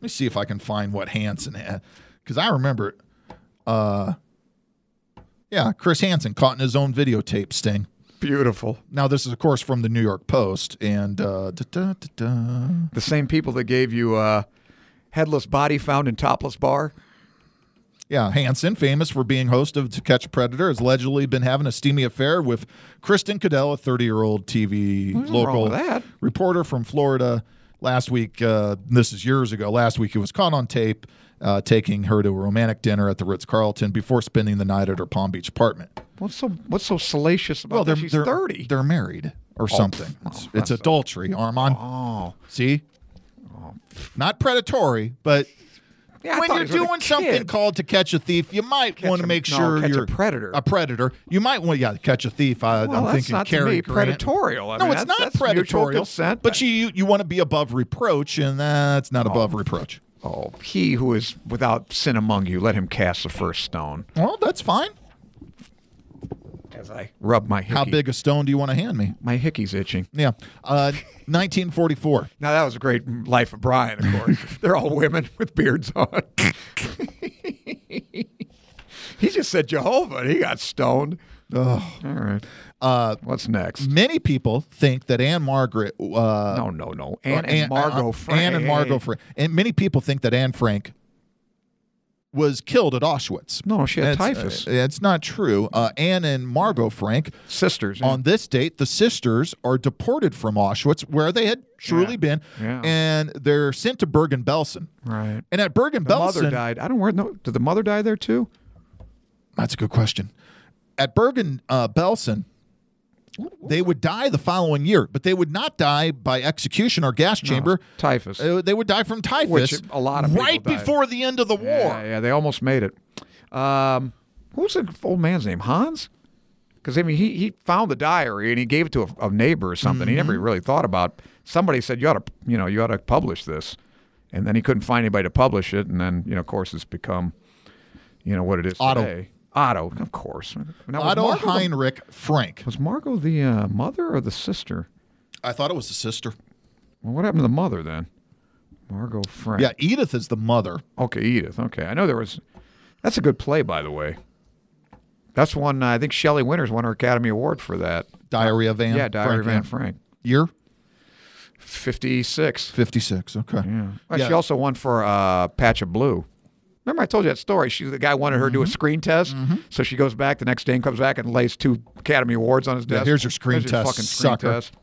S3: me see if I can find what Hanson had, because I remember. it. Uh, yeah, Chris Hansen caught in his own videotape sting.
S4: Beautiful.
S3: Now, this is, of course, from the New York Post. And uh, da, da, da, da.
S4: The same people that gave you uh, headless body found in topless bar.
S3: yeah, Hansen, famous for being host of To Catch a Predator, has allegedly been having a steamy affair with Kristen Cadell, a 30 year old TV
S4: Nothing wrong
S3: local
S4: with that.
S3: reporter from Florida. Last week, uh, this is years ago, last week he was caught on tape uh, taking her to a romantic dinner at the Ritz Carlton before spending the night at her Palm Beach apartment.
S4: What's so What's so salacious about that? She's thirty.
S3: They're married or something. It's, it's adultery, Armand.
S4: oh,
S3: See? Not predatory, but
S4: yeah. I
S3: when
S4: thought
S3: you're
S4: he was with a
S3: doing something
S4: kid.
S3: called to catch a thief, you might
S4: Catch
S3: want to
S4: a-
S3: make
S4: no,
S3: sure
S4: catch a
S3: you're
S4: predator.
S3: A predator. You might want, yeah, catch a thief. I,
S4: Well,
S3: I'm
S4: that's
S3: thinking
S4: not to
S3: Cary
S4: me
S3: Grant.
S4: predatorial. I
S3: no,
S4: mean,
S3: it's
S4: that's-
S3: not
S4: that's mutual
S3: predatorial.
S4: consent.
S3: But you you, you want to be above reproach, and that's not above reproach.
S4: Oh, he who is without sin among you, let him cast the first stone.
S3: Well, that's fine.
S4: As I rub my hickey.
S3: How big a stone do you want to hand me?
S4: My hickey's itching.
S3: Yeah, uh, 1944.
S4: Now that was a great life of Brian. Of course, they're all women with beards on. he just said Jehovah, and he got stoned. Oh, all right. Uh, What's next?
S3: Many people think that Anne Margaret uh,
S4: No, no, no.
S3: Or
S4: Anne and Margot
S3: uh,
S4: Frank.
S3: Anne and Margot Frank. And many people think that Anne Frank was killed at Auschwitz.
S4: No, she had
S3: That's-
S4: typhus.
S3: uh, That's not true. Uh, Anne and Margot Frank,
S4: Sisters. yeah.
S3: on this date, the sisters are deported from Auschwitz, where they had truly
S4: Yeah.
S3: been,
S4: Yeah.
S3: and they're sent to Bergen-Belsen.
S4: right.
S3: And at
S4: The mother
S3: Bergen-Belsen,
S4: died. I don't know. Did the mother die there too?
S3: that's a good question. At Bergen-Belsen, they would die the following year, but they would not die by execution or gas chamber.
S4: typhus.
S3: Uh, they would die from typhus.
S4: Which a lot of people
S3: right
S4: died.
S3: before the end of the war.
S4: Yeah, yeah, they almost made it. Um, what was the old man's name? Hans? Because I mean, he, he found the diary and he gave it to a, a neighbor or something. He
S3: Mm-hmm.
S4: never really thought about. Somebody said you ought to you know you ought to publish this, and then he couldn't find anybody to publish it, and then you know of course it's become, you know what it is
S3: Otto.
S4: today. Otto, of course. Now, was
S3: Otto
S4: Margot the-
S3: Heinrich Frank.
S4: was Margot the uh, mother or the sister?
S3: I thought it was the sister.
S4: Well, what happened to the mother then? Margot Frank.
S3: Yeah, Edith is the mother.
S4: Okay, Edith. Okay, I know there was. That's a good play, by the way. That's one I think Shelley Winters won her Academy Award for that.
S3: Diary of Anne.
S4: yeah, Diary of
S3: yeah.
S4: Anne Frank,
S3: Year
S4: fifty-six.
S3: fifty-six. Okay. Yeah.
S4: Well, She also won for uh, Patch of Blue. Remember, I told you that story. She, the guy wanted her to do
S3: Mm-hmm.
S4: a screen test, so she goes back the next day and comes back and lays two Academy Awards on his
S3: Yeah,
S4: desk.
S3: here's your screen test,
S4: fucking screen
S3: sucker.
S4: test.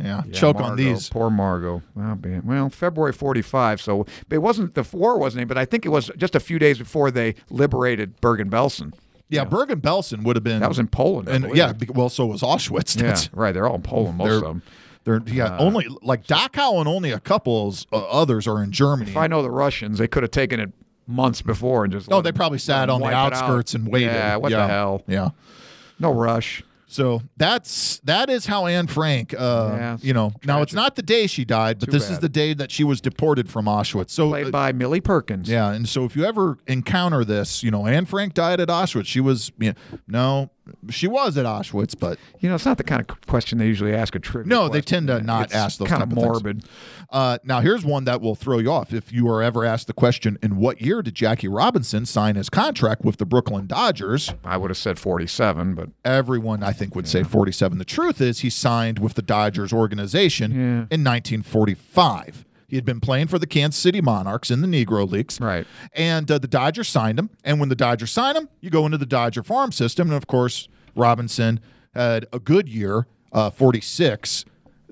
S3: yeah.
S4: Yeah,
S3: Choke
S4: Margot.
S3: on these.
S4: Poor Margot. Well, man. Well, February 45. So but it wasn't, the war wasn't, it, but I think it was just a few days before they liberated Bergen Belsen.
S3: Yeah, Bergen Belsen would have been.
S4: That was in Poland. I
S3: And
S4: believe.
S3: yeah, be- well, so was Auschwitz.
S4: Yeah,
S3: That's,
S4: right. They're all in Poland, most
S3: They're-
S4: of Uh, them.
S3: They're yeah. only like Dachau and only a couple s- uh, others are in Germany.
S4: If I know the Russians, they could have taken it months before and just.
S3: No,
S4: let
S3: they
S4: them-
S3: probably
S4: let
S3: sat
S4: them
S3: on the
S4: wipe it
S3: outskirts
S4: out.
S3: and waited.
S4: Yeah, what
S3: Yeah.
S4: the hell?
S3: Yeah.
S4: No rush.
S3: So that's that is how Anne Frank, uh,
S4: Yeah, it's
S3: you know. Now it's not the day she died, but this is
S4: bad.
S3: the day that she was deported from Auschwitz. So
S4: Played
S3: uh,
S4: by Millie Perkins.
S3: yeah, and so if you ever encounter this, you know, Anne Frank died at Auschwitz. She was, you know, no, she was at Auschwitz, but
S4: You know, it's not the kind of question they usually ask a trivia.
S3: No, they tend
S4: question.
S3: to not
S4: It's
S3: ask those
S4: kind
S3: type
S4: of
S3: of things.
S4: morbid.
S3: uh, now here's one that will throw you off. If you are ever asked the question, in what year did Jackie Robinson sign his contract with the Brooklyn Dodgers?
S4: I would have said 47, but
S3: Everyone, I think, would say 47. The truth is, he signed with the Dodgers organization in 1945. He had been playing for the Kansas City Monarchs in the Negro Leagues.
S4: Right.
S3: And uh, the Dodgers signed him. And when the Dodgers signed him, you go into the Dodger farm system. And of course, Robinson had a good year, uh, 46,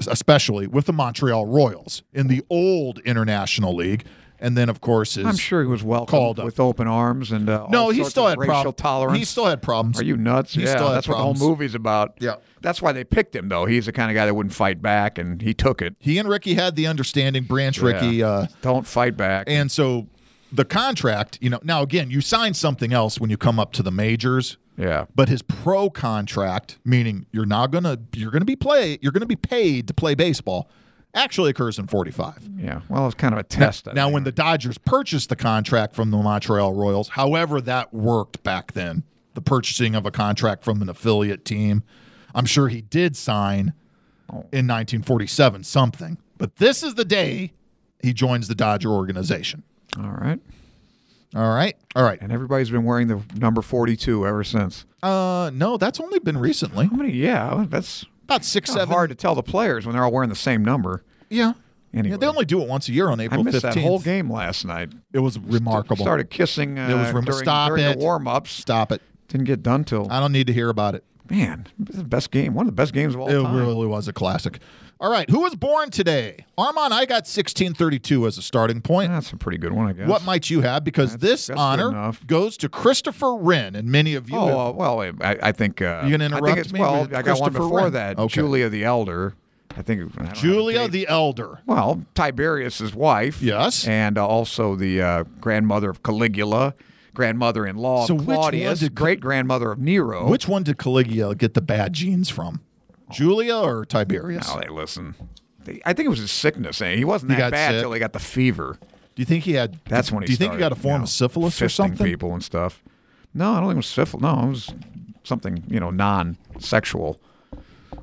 S3: especially with the Montreal Royals in the old International League. And then, of course, is.
S4: I'm sure he was welcomed
S3: Called up.
S4: with open arms and uh,
S3: No,
S4: all
S3: he
S4: sorts
S3: still
S4: of
S3: had
S4: racial
S3: problems.
S4: tolerance.
S3: He still had problems.
S4: Are you nuts?
S3: He
S4: yeah,
S3: still had
S4: that's what
S3: problems.
S4: the whole movie's about.
S3: Yeah.
S4: that's why they picked him though. He's the kind of guy that wouldn't fight back, and he took it.
S3: He and Ricky had the understanding. Branch Ricky.
S4: Yeah.
S3: Uh,
S4: Don't fight back.
S3: And so the contract, you know, now again, you sign something else when you come up to the majors.
S4: Yeah.
S3: But his pro contract, meaning you're now gonna you're gonna be play you're gonna be paid to play baseball, actually occurs in 45.
S4: yeah, well, it's kind of a test. I
S3: Now,
S4: think.
S3: when the Dodgers purchased the contract from the Montreal Royals, however that worked back then, the purchasing of a contract from an affiliate team, I'm sure he did sign
S4: Oh.
S3: in 1947 something. But this is the day he joins the Dodger organization.
S4: all right,
S3: All right. All right.
S4: and everybody's been wearing the number 42 ever since.
S3: Uh, no, that's only been recently.
S4: How many? Yeah, that's
S3: About six,
S4: kind of
S3: seven.
S4: hard to tell the players when they're all wearing the same number.
S3: Yeah.
S4: Anyway.
S3: Yeah, they only do it once a year on
S4: I
S3: April
S4: missed
S3: 15th.
S4: that whole game last night.
S3: It was remarkable.
S4: Started kissing. Uh,
S3: it was rem-
S4: during,
S3: stop
S4: during
S3: it.
S4: the warm-ups.
S3: Stop it.
S4: Didn't get done till
S3: I don't need to hear about it.
S4: man. This is the best game. One of the best games of all
S3: It
S4: time.
S3: really was a classic. All right, who was born today? Armand, I got 1632 as a starting point.
S4: That's a pretty good one, Ah, I guess.
S3: what might you have? Because
S4: That's-
S3: this
S4: that's good
S3: honor
S4: enough.
S3: goes to Christopher Wren, and many of you. have-
S4: Oh uh, well, I, I think uh,
S3: You gonna
S4: I think
S3: interrupt
S4: it's-
S3: me
S4: Well,
S3: with
S4: I got
S3: Christopher
S4: one before
S3: Wren?
S4: that.
S3: Okay.
S4: Julia the Elder. I think I don't have a
S3: Julia
S4: date.
S3: the Elder.
S4: Well, Tiberius's wife.
S3: Yes.
S4: And uh, also the uh, grandmother of Caligula, grandmother-in-law
S3: So
S4: of
S3: which one
S4: Claudius,
S3: did-
S4: great-grandmother of Nero.
S3: Which one did Caligula get the bad genes from? Julia or Tiberius?
S4: Oh, they listen. They- I think it was his sickness. Eh? He wasn't
S3: He got
S4: that bad
S3: sick.
S4: until he got the fever.
S3: Do you think he had?
S4: That's when he.
S3: Do you think he
S4: started,
S3: got a form
S4: know,
S3: of syphilis or
S4: fisting
S3: something?
S4: People and stuff. No, I don't think it was syphilis. No, it was something you know non-sexual.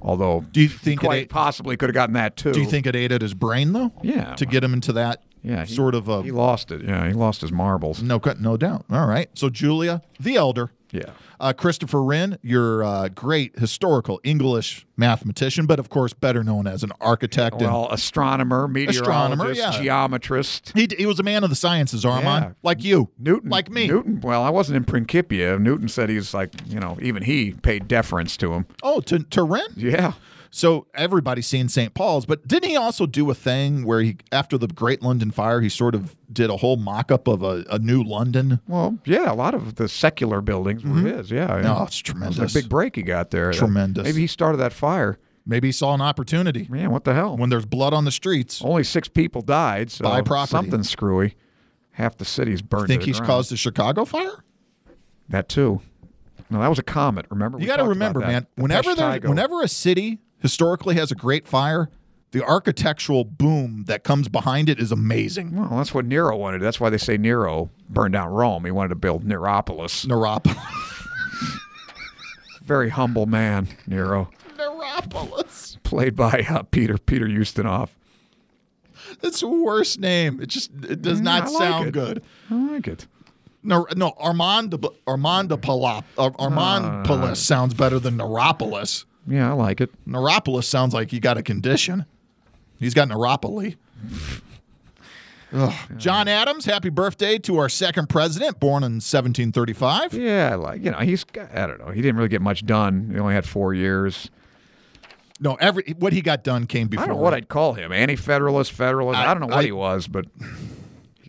S4: Although,
S3: Do you think it
S4: quite
S3: ate-
S4: possibly could have gotten that too?
S3: Do you think it ate at his brain though?
S4: Yeah.
S3: To get him into that
S4: Yeah, he-
S3: sort of a
S4: he lost it? Yeah, he lost his marbles.
S3: no cut, no doubt. All right. So Julia the Elder.
S4: Yeah.
S3: Uh, Christopher Wren, your uh, great historical English mathematician, but of course better known as an architect. and-
S4: Well, astronomer, meteorologist,
S3: Astronomer, yeah.
S4: geometrist.
S3: he, he was a man of the sciences, Armand,
S4: Yeah.
S3: like you,
S4: Newton,
S3: like me.
S4: Newton. Well, I wasn't in Principia. Newton said he's like, you know, even he paid deference to him.
S3: Oh, to, to Wren?
S4: Yeah,
S3: So everybody's seen St. Paul's, but didn't he also do a thing where he, after the Great London Fire, he sort of did a whole mock up of a, a new London?
S4: Well, yeah, a lot of the secular buildings were his. Yeah,
S3: No, Oh,
S4: yeah.
S3: it's
S4: That was
S3: tremendous.
S4: a big break he got there. That-
S3: Tremendous.
S4: Maybe he started that fire.
S3: Maybe he saw an opportunity
S4: Man, what the hell?
S3: when there's blood on the streets.
S4: Only six people died. So
S3: Buy property.
S4: Something screwy. Half the city's burned.
S3: Think
S4: to the
S3: he's
S4: ground.
S3: caused the Chicago fire?
S4: that too. No, that was a comet. Remember?
S3: You
S4: We
S3: got to
S4: talked about
S3: remember,
S4: that.
S3: man.
S4: The
S3: Whenever
S4: Pesh
S3: there,
S4: Taigo.
S3: whenever a city historically has a great fire, the architectural boom that comes behind it is amazing.
S4: Well, that's what Nero wanted. That's why they say Nero burned down Rome. He wanted to build Neropolis.
S3: Neuropolis.
S4: Very humble man, Nero,
S3: Neuropolis.
S4: played by uh, Peter Peter Ustinov.
S3: That's the worst name. It just it does
S4: Yeah,
S3: not
S4: Mm, I like
S3: sound
S4: it.
S3: good.
S4: I like it.
S3: No, no, Armand de, Armand de Palop, Ar- Armand
S4: Ah.
S3: Polis sounds better than Neuropolis.
S4: Yeah, I like it.
S3: Neuropolis sounds like he got a condition. He's got neuropoly. Ugh. John Adams, happy birthday to our second president, born in 1735.
S4: Yeah, like you know, he's got- I don't know. He didn't really get much done. He only had four years.
S3: No, every what he got done came before.
S4: I don't know what I'd call him. Anti-federalist, federalist. I,
S3: I-
S4: don't know what
S3: I-
S4: he was, but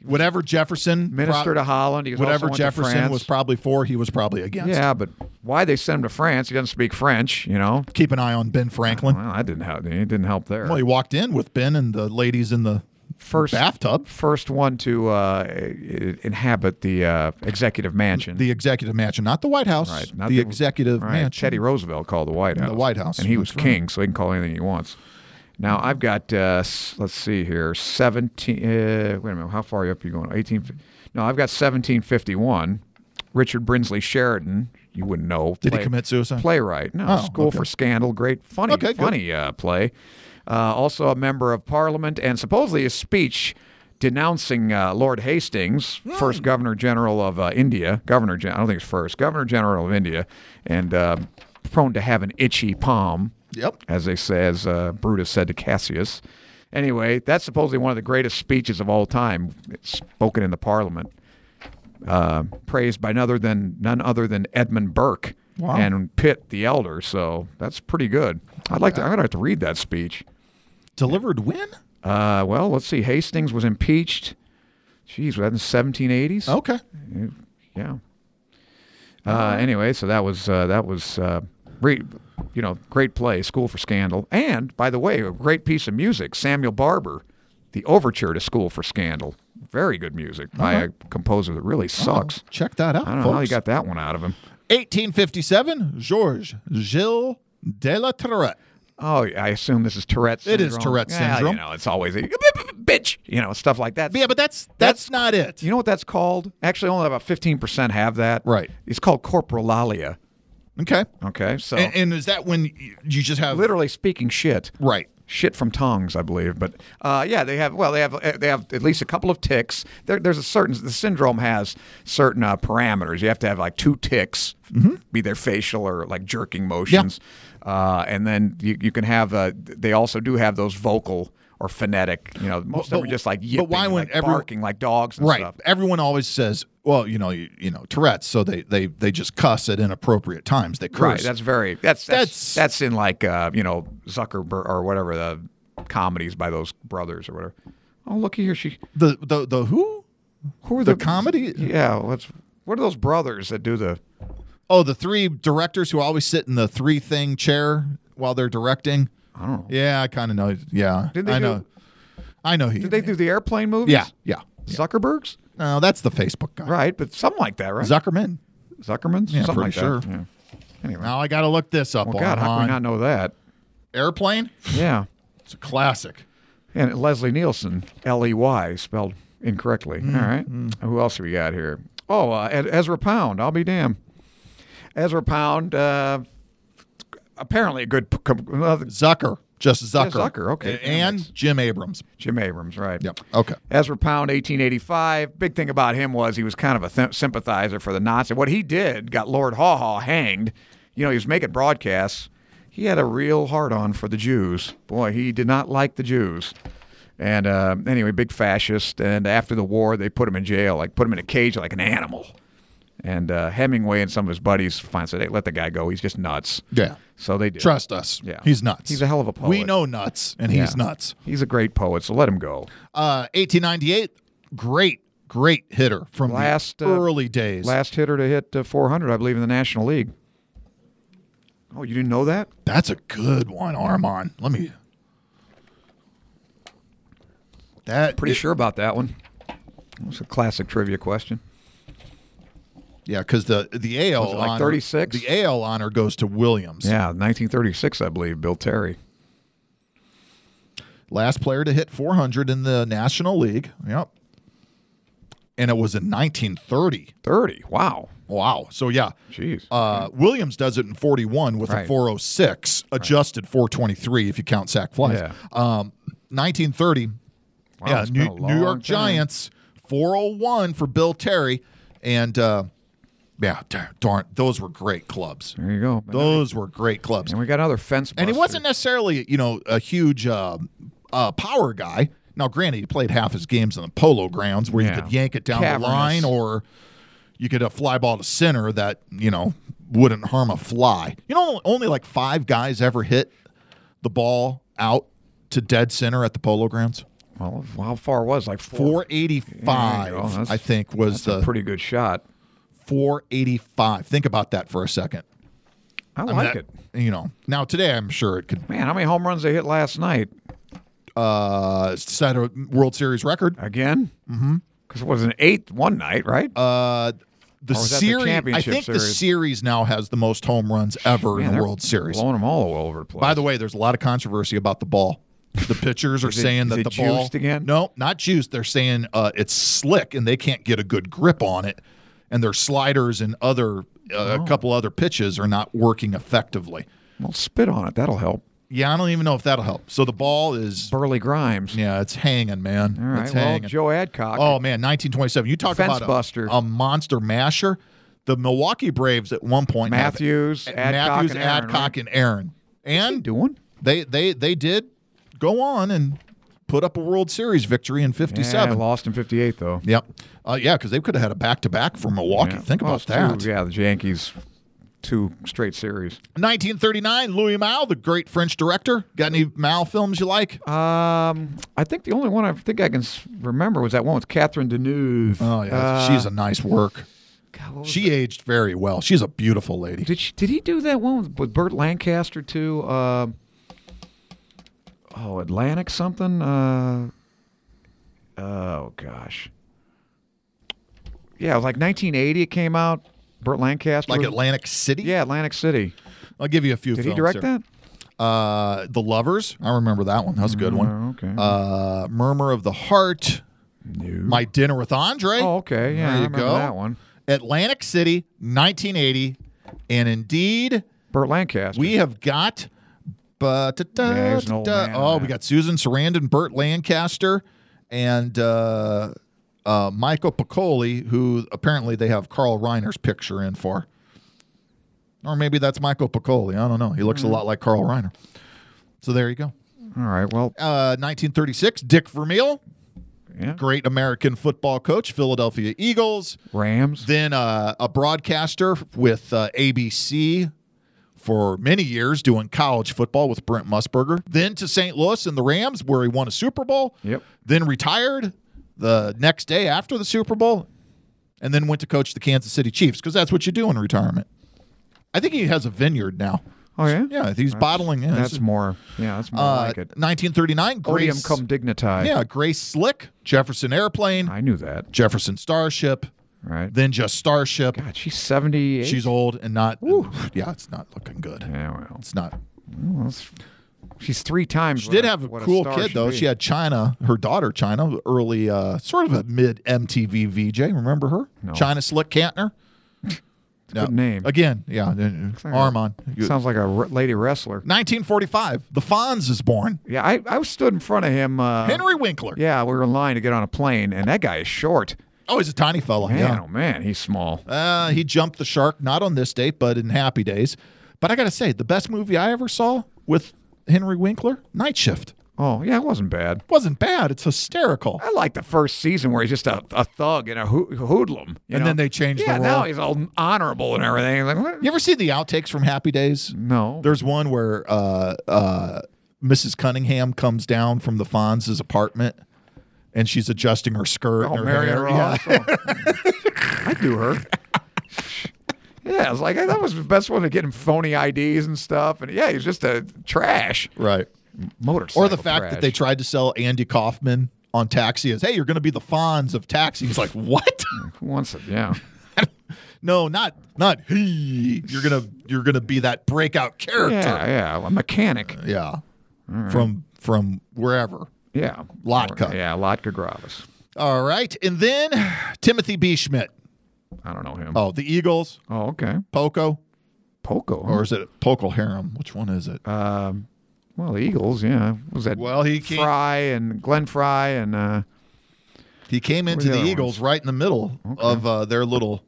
S3: whatever Jefferson
S4: minister
S3: pro-
S4: to Holland. He was
S3: whatever
S4: also went to
S3: Jefferson
S4: France.
S3: was probably for, he was probably against.
S4: Yeah, but why they send him to France? He doesn't speak French. You know.
S3: Keep an eye on Ben Franklin.
S4: Well, that didn't help. It didn't help there.
S3: Well, he walked in with Ben and the ladies in the
S4: First
S3: bathtub,
S4: First one to uh, i- inhabit the uh, executive mansion.
S3: the executive mansion, not the White House,
S4: Right,
S3: the,
S4: not
S3: executive
S4: right,
S3: mansion.
S4: Teddy Roosevelt called the White House.
S3: White House,
S4: And he was
S3: that's right.
S4: king, so he can call anything he wants. Now I've got uh, s- let's see here, seventeen. Uh, wait a minute, how far up are you going? Eighteen. fi- No, I've got seventeen fifty-one. Richard Brinsley Sheridan. You wouldn't know.
S3: Did he commit suicide?
S4: Playwright. No.
S3: Oh,
S4: School
S3: okay.
S4: for Scandal. Great, funny,
S3: Okay, good.
S4: funny uh, play. Uh, also a member of Parliament, and supposedly a speech denouncing uh, Lord Hastings,
S3: Hmm.
S4: first Governor General of uh, India. Governor, Gen- I don't think it's first Governor General of India, and uh, prone to have an itchy palm.
S3: Yep.
S4: as they say, as uh, Brutus said to Cassius. Anyway, that's supposedly one of the greatest speeches of all time, spoken in the Parliament uh, praised by none other than none other than Edmund Burke
S3: Wow.
S4: and Pitt the Elder. So that's pretty good. I'd like to. I'm gonna have to read that speech.
S3: Delivered when?
S4: Uh, well, let's see. Hastings was impeached. Geez, was that in the 1780s?
S3: Okay.
S4: yeah. Uh, anyway, so that was uh, that was uh, re- you know great play, School for Scandal, and by the way, a great piece of music, Samuel Barber, the overture to School for Scandal. Very good music by a composer that really sucks.
S3: Check that out.
S4: I don't know how
S3: Uh-huh. folks.
S4: you got that one out of him.
S3: 1857, Georges Gilles de la Tourette.
S4: Oh, I assume this is Tourette's
S3: It
S4: syndrome.
S3: is Tourette's
S4: Yeah,
S3: syndrome.
S4: You know, it's always a bitch, you know, stuff like that.
S3: Yeah, but that's that's,
S4: That's-
S3: not it.
S4: you know what that's called? Actually, only about 15% have that.
S3: Right.
S4: It's called corporalia.
S3: Okay.
S4: Okay. So,
S3: And, and is that when you you just have
S4: literally speaking shit.
S3: right?
S4: Shit from tongues, I believe, but uh, yeah, they have. Well, they have. uh, They have at least a couple of ticks. There, there's a certain. The syndrome has certain uh, parameters. You have to have like two ticks,
S3: Mm-hmm.
S4: be their facial or like jerking motions, uh, and then you, you can have. Uh, they also do have those vocal or phonetic. You know, most of them
S3: but-
S4: are just like
S3: but
S4: yipping,
S3: why
S4: and,
S3: wouldn't
S4: like
S3: every-
S4: barking like dogs, and
S3: Right.
S4: Stuff.
S3: Everyone always says, well, you know, you, you know, Tourette's, so they they they just cuss at inappropriate times. They curse.
S4: Right. That's very. That's
S3: That's-
S4: that's that's, in like uh, you know Zuckerberg or whatever the comedies by those brothers or whatever. Oh, look here, she.
S3: The the the who?
S4: Who are
S3: The comedy?
S4: Yeah, what's what are those brothers that do the?
S3: Oh, the three directors who always sit in the three thing chair while they're directing.
S4: I don't know.
S3: Yeah, I kind of know. Yeah,
S4: Did they
S3: I
S4: do-
S3: know. I know. He.
S4: Did they do the airplane movies?
S3: Yeah, yeah.
S4: Zuckerberg's
S3: No, that's the Facebook guy.
S4: right, but something like that, right?
S3: Zuckerman.
S4: Zuckerman's,
S3: Yeah,
S4: something
S3: pretty
S4: like
S3: sure.
S4: that. Yeah. Anyway,
S3: Now I got to look this up.
S4: well,
S3: on
S4: God, how can we
S3: on
S4: not know that?
S3: airplane?
S4: Yeah,
S3: It's a classic.
S4: and Leslie Nielsen, L E Y, spelled incorrectly. All right, who else have we got here? Oh, uh, Ed- Ezra Pound. I'll be damned. Ezra Pound, uh, apparently a good p- com- another-
S3: Zucker, just Zucker.
S4: Zucker, okay.
S3: And
S4: Yeah, makes-
S3: Jim Abrams.
S4: Jim Abrams, right?
S3: Yep. Okay.
S4: Ezra Pound, 1885. Big thing about him was he was kind of a th- sympathizer for the Nazi. What he did got Lord Haw Haw hanged. You know, he was making broadcasts. He had a real hard on for the Jews. Boy, he did not like the Jews. And uh, anyway, big fascist. And after the war, they put him in jail, like put him in a cage like an animal. And uh, Hemingway and some of his buddies finally said, hey, let the guy go. He's just nuts.
S3: Yeah.
S4: So they did.
S3: Trust us.
S4: Yeah.
S3: He's nuts.
S4: He's a hell of a poet.
S3: We know nuts, and he's
S4: Yeah.
S3: nuts.
S4: He's a great poet, so let him go.
S3: Uh, 1898, great, great hitter from
S4: Last,
S3: the
S4: uh,
S3: early days.
S4: Last hitter to hit uh, 400, I believe, in the National League. Oh, you didn't know that?
S3: That's a good one, Armand. Let me. That
S4: Pretty sure about that one. It was a classic trivia question.
S3: yeah, because the the AL
S4: Was it like
S3: honor-
S4: 36?
S3: The AL honor goes to Williams.
S4: Yeah, 1936, I believe, Bill Terry.
S3: last player to hit 400 in the National League. Yep, and it was in 1930.
S4: 30. Wow.
S3: Wow. So yeah,
S4: Jeez.
S3: Uh, Williams does it in 41 with
S4: Right.
S3: a 406, adjusted 423 if you count sack flies.
S4: Yeah.
S3: Um, 1930. yeah,
S4: it's been
S3: New,
S4: a long
S3: New York
S4: time.
S3: Giants 401 for Bill Terry, and uh, yeah, dar- darn, those were great clubs.
S4: there you go.
S3: Those were great clubs.
S4: and we got another fence
S3: And he
S4: buster.
S3: wasn't necessarily, you know, a huge uh, uh, power guy. Now, granted, he played half his games on the polo grounds where
S4: Yeah.
S3: you could yank it down
S4: Cavernous.
S3: the line or you could uh, fly ball to center that, you know, wouldn't harm a fly. You know, only like five guys ever hit the ball out to dead center at the polo grounds.
S4: Well, how far was like four?
S3: 485,
S4: Yeah, that's-
S3: I think, was
S4: That's a
S3: the
S4: pretty good shot.
S3: 485. Think about that for a second.
S4: I
S3: I mean,
S4: like
S3: that-
S4: it.
S3: You know, now today I'm sure it could
S4: Man, how many home runs they hit last night?
S3: uh, set a World Series record.
S4: Again? Mm-hmm. Because it was an eighth one night, right?
S3: Uh, the
S4: Or was that the
S3: series, I
S4: championship
S3: think the
S4: series?
S3: series now has the most home runs ever in
S4: Man,
S3: the
S4: they're
S3: World Series.
S4: Blowing them all over the place.
S3: By the way, there's a lot of controversy about the ball. The pitchers are
S4: it-
S3: saying
S4: is
S3: that
S4: it
S3: the ball
S4: juiced again?
S3: No, not juiced. They're saying uh, it's slick and they can't get a good grip on it, and their sliders and other
S4: Oh.
S3: uh, a couple other pitches are not working effectively.
S4: well, spit on it. That'll help.
S3: Yeah, I don't even know if that'll help. So the ball is
S4: Burley Grimes.
S3: yeah, it's hanging, man.
S4: All right.
S3: It's
S4: Well,
S3: hanging.
S4: Joe Adcock.
S3: Oh man, 1927. You talk
S4: Fence
S3: about a,
S4: buster.
S3: a monster masher. The Milwaukee Braves at one point have-
S4: Matthews, Adcock,
S3: Matthews,
S4: and Aaron,
S3: Adcock,
S4: right?
S3: and Aaron, and
S4: doing?
S3: they they they did go on and put up a World Series victory in
S4: Yeah,
S3: '57.
S4: lost in 58, though.
S3: yep, uh, yeah, because they could have had a back to back for Milwaukee.
S4: Yeah.
S3: Think
S4: Well,
S3: about
S4: it's
S3: that.
S4: Two, yeah, the Yankees, two straight series.
S3: 1939, Louis Malle, the great French director. Got any Malle films you like?
S4: Um, I think the only one I think I can s- remember was that one with Catherine Deneuve.
S3: Oh yeah, she's a nice work.
S4: God, what was
S3: She aged very well. She's a beautiful lady.
S4: Did she, did he do that one with, with Burt Lancaster too? Uh, oh, Atlantic something. Uh, oh gosh, yeah, it was like 1980. It came out. Burt Lancaster,
S3: Like
S4: was-
S3: Atlantic City?
S4: Yeah, Atlantic City.
S3: I'll give you a few.
S4: Did he
S3: films
S4: direct
S3: here.
S4: that?
S3: Uh, the Lovers. I remember that one. That was a good
S4: Oh,
S3: one.
S4: okay.
S3: Uh, Murmur of the Heart. My Dinner with Andre.
S4: oh, okay. Yeah,
S3: there
S4: I
S3: you
S4: remember
S3: go.
S4: that one.
S3: Atlantic City, 1980. And indeed,
S4: Burt Lancaster.
S3: we have got. But
S4: Yeah, he was an old man on
S3: oh,
S4: that.
S3: we got Susan Sarandon, Burt Lancaster, and uh, uh, Michael Piccoli, who apparently they have Carl Reiner's picture in for. Or maybe that's Michael Piccoli. I don't know. He
S4: Hmm.
S3: looks a lot like Carl Reiner. So there you go.
S4: All right. Well,
S3: Uh, 1936, Dick Vermeil,
S4: yeah.
S3: great American football coach, Philadelphia Eagles.
S4: Rams.
S3: Then uh, a broadcaster with uh, ABC, for many years doing college football with Brent Musburger, then to St. Louis and the Rams, where he won a Super Bowl.
S4: Yep.
S3: Then retired the next day after the Super Bowl, and then went to coach the Kansas City Chiefs because that's what you do in retirement. I think he has a vineyard now.
S4: Oh yeah,
S3: Yeah, he's bottling. Yeah,
S4: That's
S3: this is-
S4: more. Yeah, that's more
S3: uh,
S4: like it.
S3: 1939.
S4: Odium
S3: Grace,
S4: cum dignitae.
S3: yeah, Grace Slick, Jefferson Airplane,
S4: I knew that.
S3: Jefferson Starship,
S4: Right.
S3: then just Starship.
S4: God, she's seventy-eight.
S3: She's old and not. Yeah, it's not looking good.
S4: Yeah, well,
S3: It's not.
S4: she's three times.
S3: She did have a cool kid though. She had China, her daughter China, early, uh, sort of a mid MTV VJ. Remember her?
S4: No.
S3: China Slick Cantner. uh,
S4: good name.
S3: Again, yeah. uh, Armand. You-
S4: Sounds like a r- lady wrestler.
S3: 1945. The Fonz is born.
S4: Yeah, I, I stood in front of him. Uh,
S3: Henry Winkler.
S4: Yeah, we were in line to get on a plane, and that guy is short.
S3: Oh, he's a tiny fella.
S4: Man,
S3: yeah.
S4: oh man, he's small.
S3: Uh, he jumped the shark, not on this date, but in Happy Days. But I got to say, the best movie I ever saw with Henry Winkler, Night Shift.
S4: Oh yeah, it wasn't bad.
S3: Wasn't bad. It's hysterical.
S4: I like the first season where he's just a, a thug and a hoo- hoodlum. you
S3: And
S4: know?
S3: then they changed the
S4: Yeah, now
S3: role.
S4: he's all honorable and everything. Like, what?
S3: You ever see the outtakes from Happy Days?
S4: No.
S3: There's one where uh, uh, Mrs. Cunningham comes down from the Fonz's apartment and she's adjusting her skirt.
S4: Oh,
S3: and her
S4: Marion
S3: hair. Yeah.
S4: Ross. I knew her. Yeah, I was like, that was the best one to get him phony IDs and stuff. And yeah, he's just a trash
S3: Right.
S4: motorcycle.
S3: Or the fact that they
S4: trash.
S3: tried to sell Andy Kaufman on Taxi as, hey, you're going to be the Fonz of Taxi. He's like, what?
S4: Who wants it? Yeah.
S3: no, not not he. You're gonna you're gonna be that breakout character.
S4: Yeah, yeah. A mechanic.
S3: Yeah. From from wherever.
S4: Yeah.
S3: Lotka.
S4: Yeah, Lotka Gravis.
S3: All right. And then Timothy B. Schmidt.
S4: I don't know him.
S3: Oh, the Eagles,
S4: Oh, okay.
S3: Poco,
S4: Poco. huh?
S3: or is it Poco Harem? Which one is it?
S4: Um, well, the Eagles, yeah. What was that?
S3: Well, he can't-
S4: Fry and Glenn Fry and uh,
S3: he came into
S4: the
S3: the,
S4: other
S3: Eagles right in the middle of uh, their little.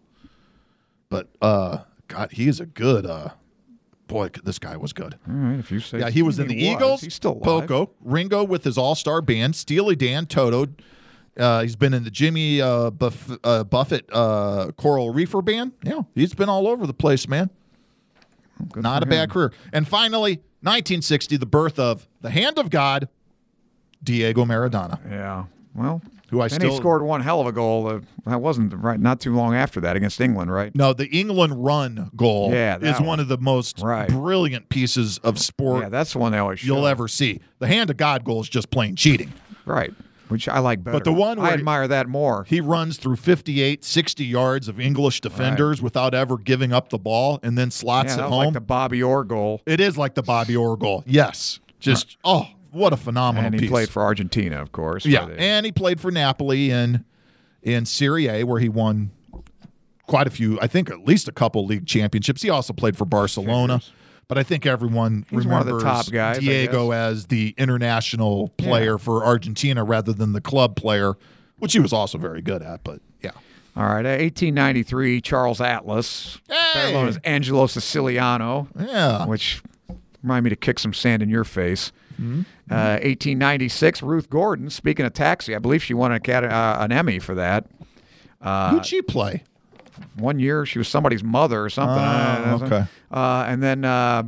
S3: But uh, God, he is a good. Uh, boy, this guy was good.
S4: all right, if you say.
S3: Yeah, he was in the Eagles.
S4: He's still alive.
S3: Poco, Ringo with his all-star band, Steely Dan, Toto. Uh, he's been in the Jimmy uh, Buff- uh, Buffett uh, Coral Reefer Band. Yeah, he's been all over the place, man.
S4: Good
S3: Not a
S4: for
S3: bad
S4: him.
S3: career. And finally, 1960, the birth of the hand of God, Diego Maradona.
S4: Yeah. Well,
S3: Who I
S4: and
S3: still-
S4: he scored one hell of a goal. Uh, that wasn't right. Not too long after that against England, right?
S3: No, the England run goal
S4: Yeah, that
S3: is one.
S4: one.
S3: of the most
S4: Right.
S3: brilliant pieces of sport
S4: Yeah, that's the one they always
S3: you'll
S4: show.
S3: ever see. The hand of God goal is just plain cheating.
S4: right. Which I like better.
S3: the one
S4: I
S3: where-
S4: admire that more.
S3: He runs through 58, 60 yards of English defenders without ever giving up the ball and then slots
S4: yeah,
S3: it
S4: that was
S3: home.
S4: like the Bobby Orr goal,
S3: it is like the Bobby Orr goal. Yes. Just, oh, what a phenomenal
S4: and he
S3: piece.
S4: played for Argentina, of course.
S3: yeah.
S4: but, uh,
S3: And he played for Napoli in, in Serie A, where he won quite a few, I think at least a couple league championships. He also played for Barcelona. But I think everyone
S4: He's one of the
S3: remembers
S4: top guys, I
S3: Diego
S4: guess.
S3: as the international player for Argentina rather than the club player, which he was also very good at. But yeah.
S4: All right, uh, 1893, Charles Atlas, better
S3: Hey!
S4: known as Angelo Siciliano,
S3: Yeah.
S4: which remind me to kick some sand in your face.
S3: Mm-hmm.
S4: Uh, 1896, Ruth Gordon. Speaking of taxi, I believe she won an, Acad- uh, an Emmy for that. Uh,
S3: Who'd she play?
S4: One year, she was somebody's mother or something.
S3: Ah,
S4: Uh,
S3: okay.
S4: Uh, and then, uh,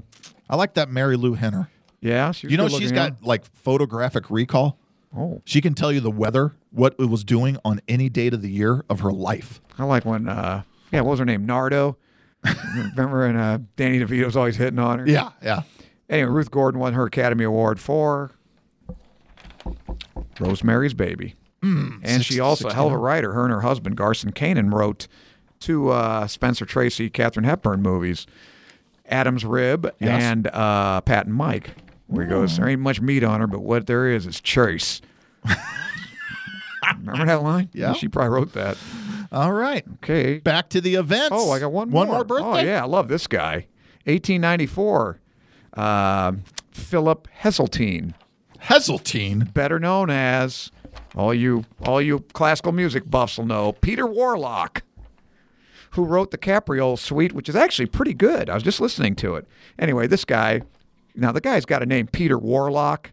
S3: I like that Mary Lou Henner.
S4: yeah, she was
S3: You know,
S4: good-looking,
S3: she's
S4: yeah.
S3: got like photographic recall.
S4: Oh,
S3: She can tell you the weather, what it was doing on any date of the year of her life.
S4: I like when. Uh, yeah, what was her name? Nardo. Remember, and uh, Danny DeVito's always hitting on her.
S3: Yeah, yeah.
S4: Anyway, Ruth Gordon won her Academy Award for Rosemary's Baby.
S3: Hmm,
S4: and she also, a hell of a writer, her and her husband, Garson Kanin, wrote two uh, Spencer Tracy, Katherine Hepburn movies Adam's Rib
S3: Yes. Hmm.
S4: and uh, Pat and Mike, where he goes, There ain't much meat on her, but what there is is choice. Remember that line?
S3: Yeah.
S4: She probably wrote that.
S3: All right.
S4: Okay.
S3: Back to the events.
S4: Oh, I got one more.
S3: One more birthday?
S4: Oh, yeah. I love this guy. 1894. Um Philip Heseltine,
S3: Heseltine.
S4: better known as all you all you classical music buffs will know, Peter Warlock, who wrote the Capriole Suite, which is actually pretty good. I was just listening to it. Anyway, this guy, now the guy's got a name, Peter Warlock.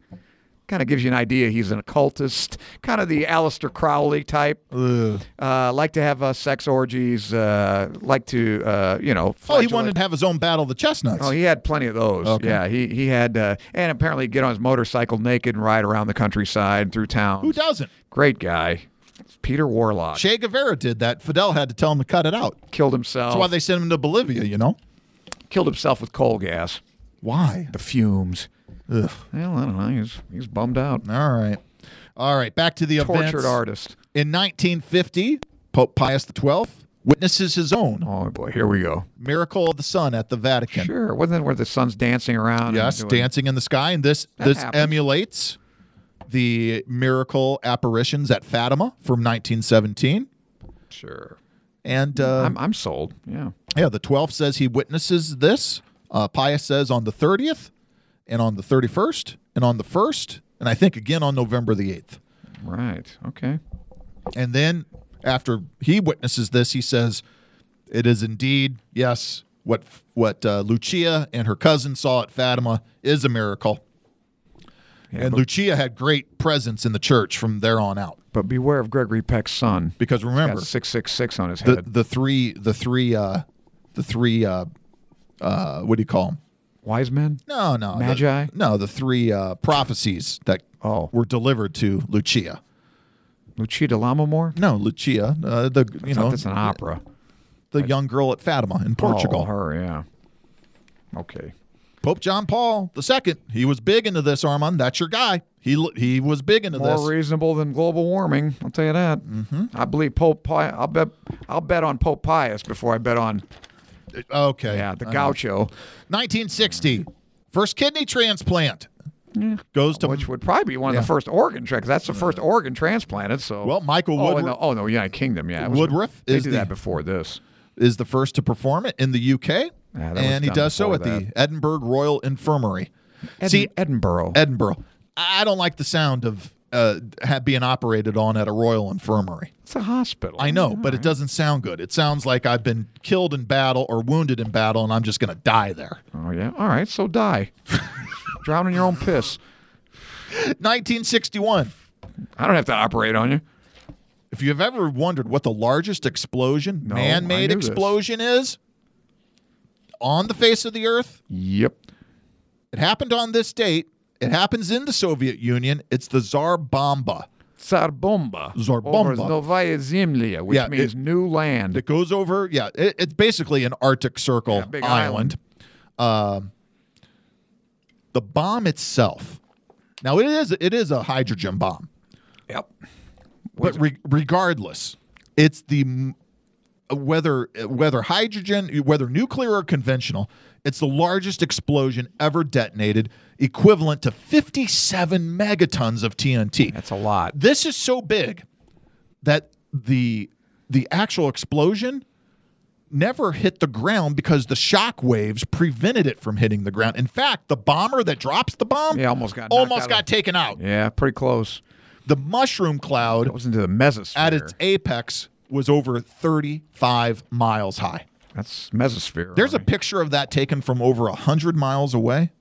S4: Kind of gives you an idea he's an occultist, kind of the Aleister Crowley type. Uh, like to have uh, sex orgies. Uh, like to, uh, you know.
S3: Oh, he
S4: flagellate-
S3: wanted to have his own battle of the chestnuts.
S4: Oh, he had plenty of those. Yeah, he he had, uh, and apparently get on his motorcycle naked and ride around the countryside and through town.
S3: Who doesn't?
S4: Great guy, It's Peter Warlock
S3: Che Guevara did that. Fidel had to tell him to cut it out.
S4: killed himself.
S3: That's why they sent him to Bolivia, you know?
S4: killed himself with coal gas.
S3: Why?
S4: The fumes.
S3: Ugh.
S4: Well, I don't know. He's he's bummed out.
S3: All right. All right. Back to the events.
S4: Tortured artist.
S3: In 1950, Pope Pius XII witnesses his own
S4: Oh boy, here we go.
S3: miracle of the sun at the Vatican.
S4: Sure, wasn't it where the sun's dancing around? and
S3: Yes,
S4: doing-
S3: dancing in the sky, and this
S4: That
S3: this
S4: happens.
S3: emulates the miracle apparitions at Fatima from 1917.
S4: Sure,
S3: And uh,
S4: Mm, I'm I'm sold. Yeah,
S3: yeah, the 12th says he witnesses this. Uh, Pius says on the 30th, and on the 31st, and on the 1st, and I think again on November the 8th.
S4: right. Okay.
S3: And then after he witnesses this, he says, "It is indeed yes what what uh, Lucia and her cousin saw at Fatima is a miracle."
S4: Yeah,
S3: and
S4: but,
S3: Lucia had great presence in the church from there on out
S4: but beware of Gregory Peck's son.
S3: because remember
S4: Got six six six on his
S3: the,
S4: head.
S3: the three the three uh the three uh uh what do you call them?
S4: Wise men.
S3: No, no. the-
S4: Magi?
S3: no, the three uh prophecies that
S4: Oh.
S3: were delivered to Lucia.
S4: Lucia de Lammermoor.
S3: No, Lucia, uh, the you know
S4: that's an opera.
S3: the young girl at Fatima in
S4: Oh,
S3: Portugal.
S4: her. Yeah. Okay.
S3: Pope John Paul II, he was big into this, Armand. That's your guy. He l- he was big into
S4: More
S3: this.
S4: reasonable than global warming. I'll tell you that. Mm-hmm. I believe Pope Pius. I'll bet. I'll bet on Pope Pius before I bet on
S3: okay.
S4: yeah the
S3: I know.
S4: Gaucho,
S3: 1960, first kidney transplant. Goes to
S4: which would probably be one of
S3: Yeah.
S4: the first organ tracks. That's the first organ transplanted. So
S3: Well, Michael
S4: Oh, in
S3: Woodruff-
S4: the, oh no, United Kingdom. Yeah, it
S3: Woodruff
S4: They
S3: is
S4: did
S3: the-
S4: that before this.
S3: is the first to perform it in the UK,
S4: Yeah, that was
S3: and he
S4: done
S3: does so
S4: before
S3: at the Edinburgh Royal Infirmary.
S4: Edin-
S3: See,
S4: Edinburgh.
S3: Edinburgh. I I don't like the sound of uh, ha- being operated on at a Royal Infirmary.
S4: it's a hospital.
S3: I know, but it doesn't sound good. It sounds like I've been killed in battle or wounded in battle, and I'm just going to die there.
S4: Oh yeah. All right. So die. Drown in your own piss.
S3: 1961.
S4: I don't have to operate on you.
S3: If you've ever wondered what the largest explosion,
S4: No,
S3: man
S4: I
S3: made
S4: knew this.
S3: explosion, is on the face of the earth,
S4: Yep.
S3: it happened on this date. It happens in the Soviet Union. It's the Tsar Bomba.
S4: Zarbomba.
S3: Zarbomba.
S4: Or Novaya Zemlya, which
S3: Yeah,
S4: means
S3: it-
S4: new land.
S3: It goes over, yeah, it, it's basically an Arctic Circle
S4: Yeah, big
S3: island. Um, the bomb itself. Now it is it is a hydrogen bomb.
S4: yep.
S3: but re- regardless, it's the m- uh, whether whether hydrogen, whether nuclear or conventional, it's the largest explosion ever detonated, equivalent to 57 megatons of TNT.
S4: That's a lot.
S3: This is so big that the the actual explosion never hit the ground because the shock waves prevented it from hitting the ground. In fact, the bomber that drops the bomb
S4: Yeah, almost got knocked
S3: almost
S4: out
S3: got
S4: of-
S3: taken out.
S4: Yeah, pretty close.
S3: The mushroom cloud
S4: That was into the mesosphere.
S3: at its apex was over 35 miles high.
S4: That's mesosphere.
S3: There's a
S4: right?
S3: picture of that taken from over 100 miles away.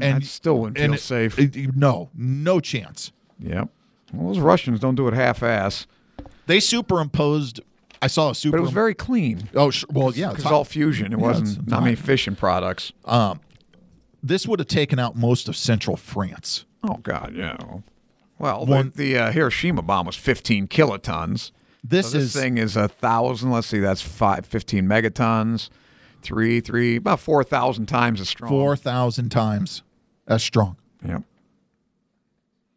S4: and still wouldn't feel
S3: and it-
S4: safe.
S3: it- it- no, no chance.
S4: yep. Well, those Russians don't do it half-ass,
S3: They superimposed. I saw a super.
S4: but it was very clean.
S3: Oh, sh- well, yeah.
S4: Because
S3: it's-
S4: all fusion, it
S3: Yeah, it's-
S4: wasn't
S3: it's
S4: not many
S3: hot.
S4: fission products.
S3: This would have taken out most of central France.
S4: oh God, yeah. Well,
S3: One-
S4: the, the uh, Hiroshima bomb was 15 kilotons.
S3: This,
S4: So this
S3: is
S4: thing is a thousand. Let's see, that's five, 15 megatons, three, three, about four thousand times as strong.
S3: 4,000 times as strong.
S4: Yep.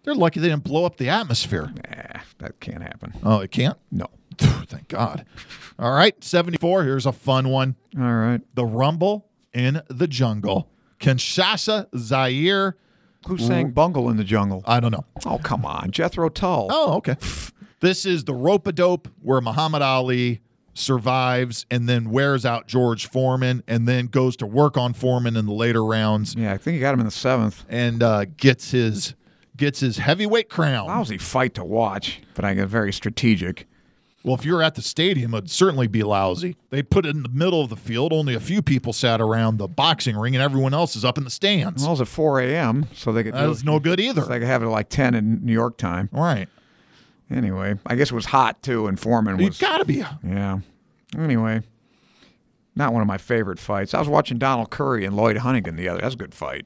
S3: They're lucky they didn't blow up the atmosphere.
S4: Nah, that can't happen.
S3: Oh, it can't?
S4: No.
S3: Thank God. All right, 74. Here's a fun one.
S4: All right.
S3: The Rumble in the Jungle. Kinshasa, Zaire.
S4: Who sang "Bungle in the Jungle"?
S3: I don't know.
S4: Oh come on, Jethro Tull.
S3: Oh, okay. This is the rope a dope where Muhammad Ali survives and then wears out George Foreman and then goes to work on Foreman in the later rounds
S4: Yeah, I think he got him in the seventh.
S3: and uh, gets his gets his heavyweight crown.
S4: Lousy fight to watch, but I get very strategic.
S3: Well, if you're at the stadium, it'd certainly be lousy. They put it in the middle of the field. Only a few people sat around the boxing ring, and everyone else is up in the stands.
S4: Well, it's at 4 a.m., so they could
S3: that
S4: do
S3: was no good either.
S4: so they could have it like 10 in New York time.
S3: right.
S4: Anyway, I guess it was hot too, and Foreman
S3: You've
S4: was.
S3: got to be.
S4: yeah. Anyway, not one of my favorite fights. I was watching Donald Curry and Lloyd Huntington the other. That's a good fight.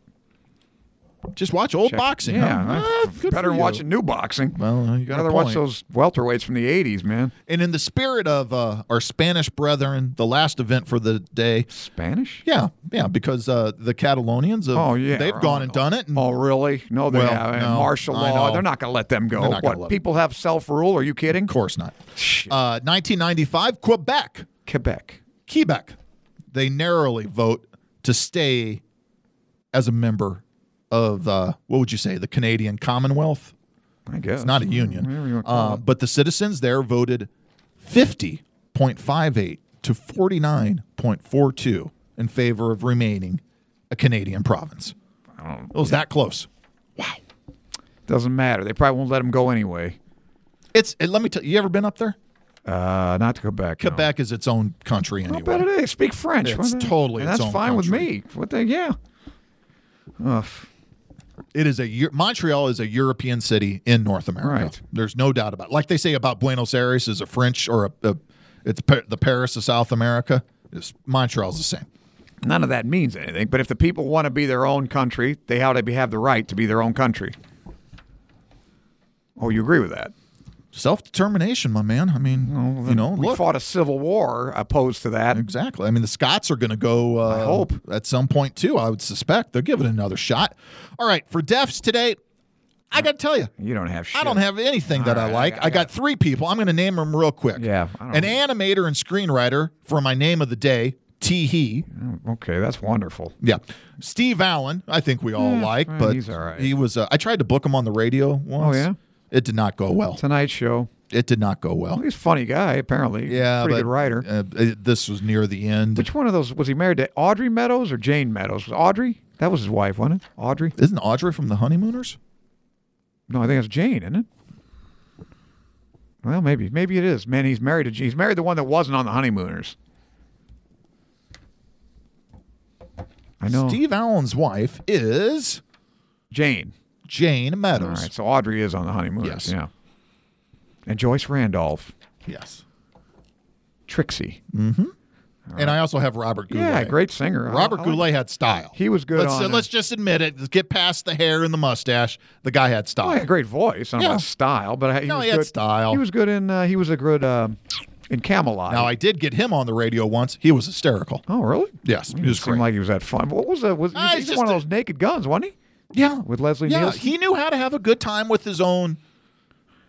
S3: Just watch old
S4: Check-
S3: boxing.
S4: Yeah,
S3: huh?
S4: that's
S3: Ah, good for
S4: better than
S3: you.
S4: watching new boxing.
S3: Well, you got a
S4: rather watch
S3: point.
S4: those welterweights from the '80s, man.
S3: And in the spirit of uh, our Spanish brethren, the last event for the day.
S4: Spanish?
S3: Yeah, yeah, because uh, the Catalonians, have,
S4: Oh yeah,
S3: they've gone and done it. And
S4: oh really? No, they
S3: Well,
S4: haven't.
S3: no,
S4: Martial
S3: I
S4: law.
S3: know.
S4: They're not going to let them go.
S3: They're not gonna
S4: What?
S3: let
S4: People have self rule. Are you kidding?
S3: Of course not. Uh, 1995, Quebec,
S4: Quebec.
S3: Quebec, they narrowly vote to stay as a member of uh, what would you say, the Canadian Commonwealth?
S4: I guess
S3: It's not e a union.
S4: Whatever you wanna call
S3: Uh, but the citizens there voted 50.58 to 49.42 in favor of remaining a Canadian province. It was that close.
S4: it. Doesn't matter. They probably won't let them go anyway.
S3: It's and let me tell you. You ever been up there?
S4: Uh, not to Quebec. no.
S3: Quebec is its own country
S4: I
S3: anyway.
S4: bet it is. They speak French.
S3: It's
S4: Why not?
S3: totally
S4: And
S3: its
S4: that's
S3: own
S4: fine
S3: country.
S4: with me. What the yeah. Ugh.
S3: It is a Eu- Montreal is a European city in North America.
S4: Right.
S3: There's no doubt about. It. Like they say about Buenos Aires is a French or a, a it's pa- the Paris of South America. It's, Montreal's the same.
S4: None of that means anything. But if the people want to be their own country, they ought to be, have the right to be their own country. Oh, you agree with that?
S3: Self determination, my man. I mean, you know,
S4: we
S3: look,
S4: fought a civil war opposed to that.
S3: Exactly. I mean, the Scots are going to go. Uh,
S4: hope.
S3: at some point too. I would suspect they'll give it another shot. All right, for deafs today, I got to tell you,
S4: You don't have shit.
S3: I don't have anything that
S4: All
S3: I
S4: right,
S3: like.
S4: I
S3: I,
S4: got-
S3: got, three people. I'm going to name them real quick.
S4: Yeah, I
S3: an
S4: don't know.
S3: animator and screenwriter for my name of the day, T. He.
S4: Oh, Okay, that's wonderful.
S3: Yeah, Steve Allen. I think we all like,
S4: eh,
S3: but
S4: he's all right. Oh,
S3: he was. Uh, I tried to book him on the radio once.
S4: yeah?
S3: it did not go well.
S4: Tonight show.
S3: It did not go well.
S4: He's a funny guy, apparently.
S3: Yeah,
S4: pretty
S3: but,
S4: good writer.
S3: Uh, it- this was near the end.
S4: Which one of those was he married to? Audrey Meadows or Jane Meadows? Was Audrey? That was his wife, wasn't it? Audrey?
S3: Isn't Audrey from the Honeymooners?
S4: No, I think it's Jane, isn't it? Well, maybe, maybe it is. Man, he's married to Jane. He's married to one that wasn't on the honeymooners. I know
S3: Steve Allen's wife is
S4: Jane.
S3: Jane
S4: All
S3: Meadows.
S4: right, so Audrey is on the honeymooners.
S3: Yes.
S4: Yeah. And Joyce Randolph,
S3: Yes.
S4: Trixie.
S3: And I also have Robert Goulet.
S4: Yeah, great singer. I-
S3: Robert
S4: I like-
S3: Goulet had style.
S4: He was good
S3: Let's,
S4: on, uh,
S3: let's just admit it. Let's get past the hair and the mustache. The guy had
S4: Oh,
S3: style.
S4: he had a great voice. I don't know
S3: Yeah.
S4: about style, but uh, he
S3: No,
S4: was
S3: he had
S4: good.
S3: style.
S4: He was good in. Uh, he was a good um in Camelot.
S3: Now I did get him on the radio once. He was hysterical.
S4: oh, really?
S3: Yes, he
S4: He
S3: was
S4: seemed
S3: great.
S4: like he was that fun. What was that? Was he
S3: Ah,
S4: was
S3: he's
S4: in one of
S3: just
S4: those Naked Guns? Wasn't he?
S3: yeah,
S4: with Leslie
S3: Yeah,
S4: Nielsen?
S3: he knew how to have a good time with his own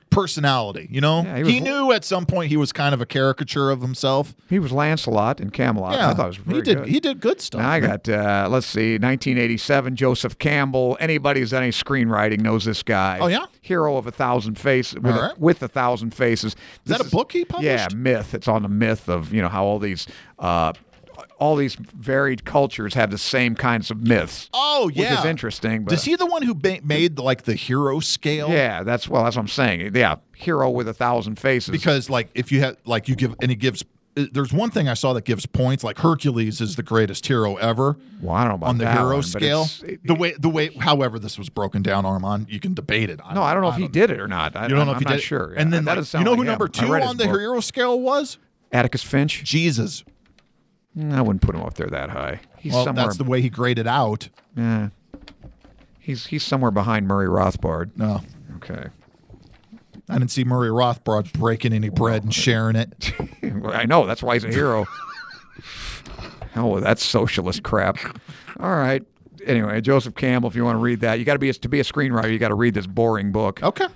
S3: personality. You know,
S4: Yeah, he
S3: he,
S4: was-
S3: knew at some point he was kind of a caricature of himself.
S4: He was Lancelot in Camelot.
S3: Yeah,
S4: I thought it was very
S3: he did.
S4: good.
S3: He did good stuff.
S4: Now I
S3: man.
S4: got, uh, let's see, 1987, Joseph Campbell. Anybody who's done any screenwriting knows this guy.
S3: Oh, yeah?
S4: Hero of a Thousand Faces, with,
S3: All
S4: a,
S3: right.
S4: with a Thousand Faces. Is
S3: that a book he published?
S4: Yeah, Myth. It's on the myth of, you know, how all these, uh, all these varied cultures have the same kinds of myths.
S3: Oh yeah,
S4: Which is interesting. But
S3: Is he the one who ba- made like the hero scale?
S4: Yeah, that's, well, that's what I'm saying. Yeah, Hero with a Thousand Faces.
S3: Because like if you have like you give and it gives uh, there's one thing I saw that gives points like Hercules is the greatest hero ever.
S4: Well, I don't know about
S3: on the
S4: that
S3: hero
S4: one, but
S3: scale.
S4: it's- it-
S3: the way the way however this was broken down Armand, you can debate it.
S4: no, I don't know if he did it or not. I,
S3: You don't know
S4: I'm
S3: if he
S4: not
S3: did.
S4: sure.
S3: And
S4: Yeah,
S3: then
S4: that
S3: like,
S4: doesn't
S3: you
S4: sound
S3: know
S4: like
S3: who
S4: him.
S3: number
S4: I
S3: 2
S4: read his
S3: on the
S4: book.
S3: hero scale was?
S4: Atticus Finch.
S3: Jesus.
S4: Mm, I wouldn't put him up there that high. He's
S3: Well,
S4: somewhere.
S3: that's the way he graded out.
S4: Yeah. he's he's somewhere behind Murray Rothbard.
S3: No.
S4: Okay.
S3: Oh. I didn't see Murray Rothbard breaking any bread and sharing it.
S4: Well, I know that's why he's a hero. oh, that's socialist crap. All right. Anyway, Joseph Campbell. If you want to read that, you got to be a, to be a screenwriter. You got to read this boring book.
S3: Okay.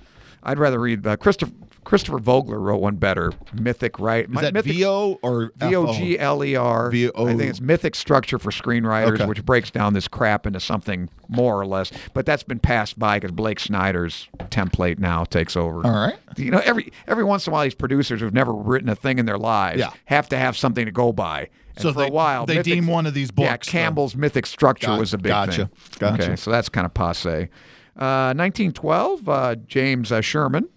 S4: I'd rather read uh, Christopher Christopher Vogler wrote one better. Mythic, right?
S3: Is that
S4: Mythic,
S3: VO or
S4: V O G
S3: FO?
S4: L E R. I
S3: V O-
S4: think it's mythic structure for screenwriters,
S3: Okay.
S4: which breaks down this crap into something more or less. But that's been passed by because Blake Snyder's template now takes over.
S3: All right.
S4: You know, every every once in a while, these producers who've never written a thing in their lives
S3: Yeah.
S4: have to have something to go by. And
S3: So
S4: for
S3: they-
S4: a while,
S3: they deem one of these
S4: Yeah,
S3: books the-
S4: Campbell's mythic structure
S3: Got-
S4: was a big
S3: gotcha,
S4: thing.
S3: gotcha.
S4: Okay, so that's kind of passe. Uh, 1912, uh, James uh, Sherman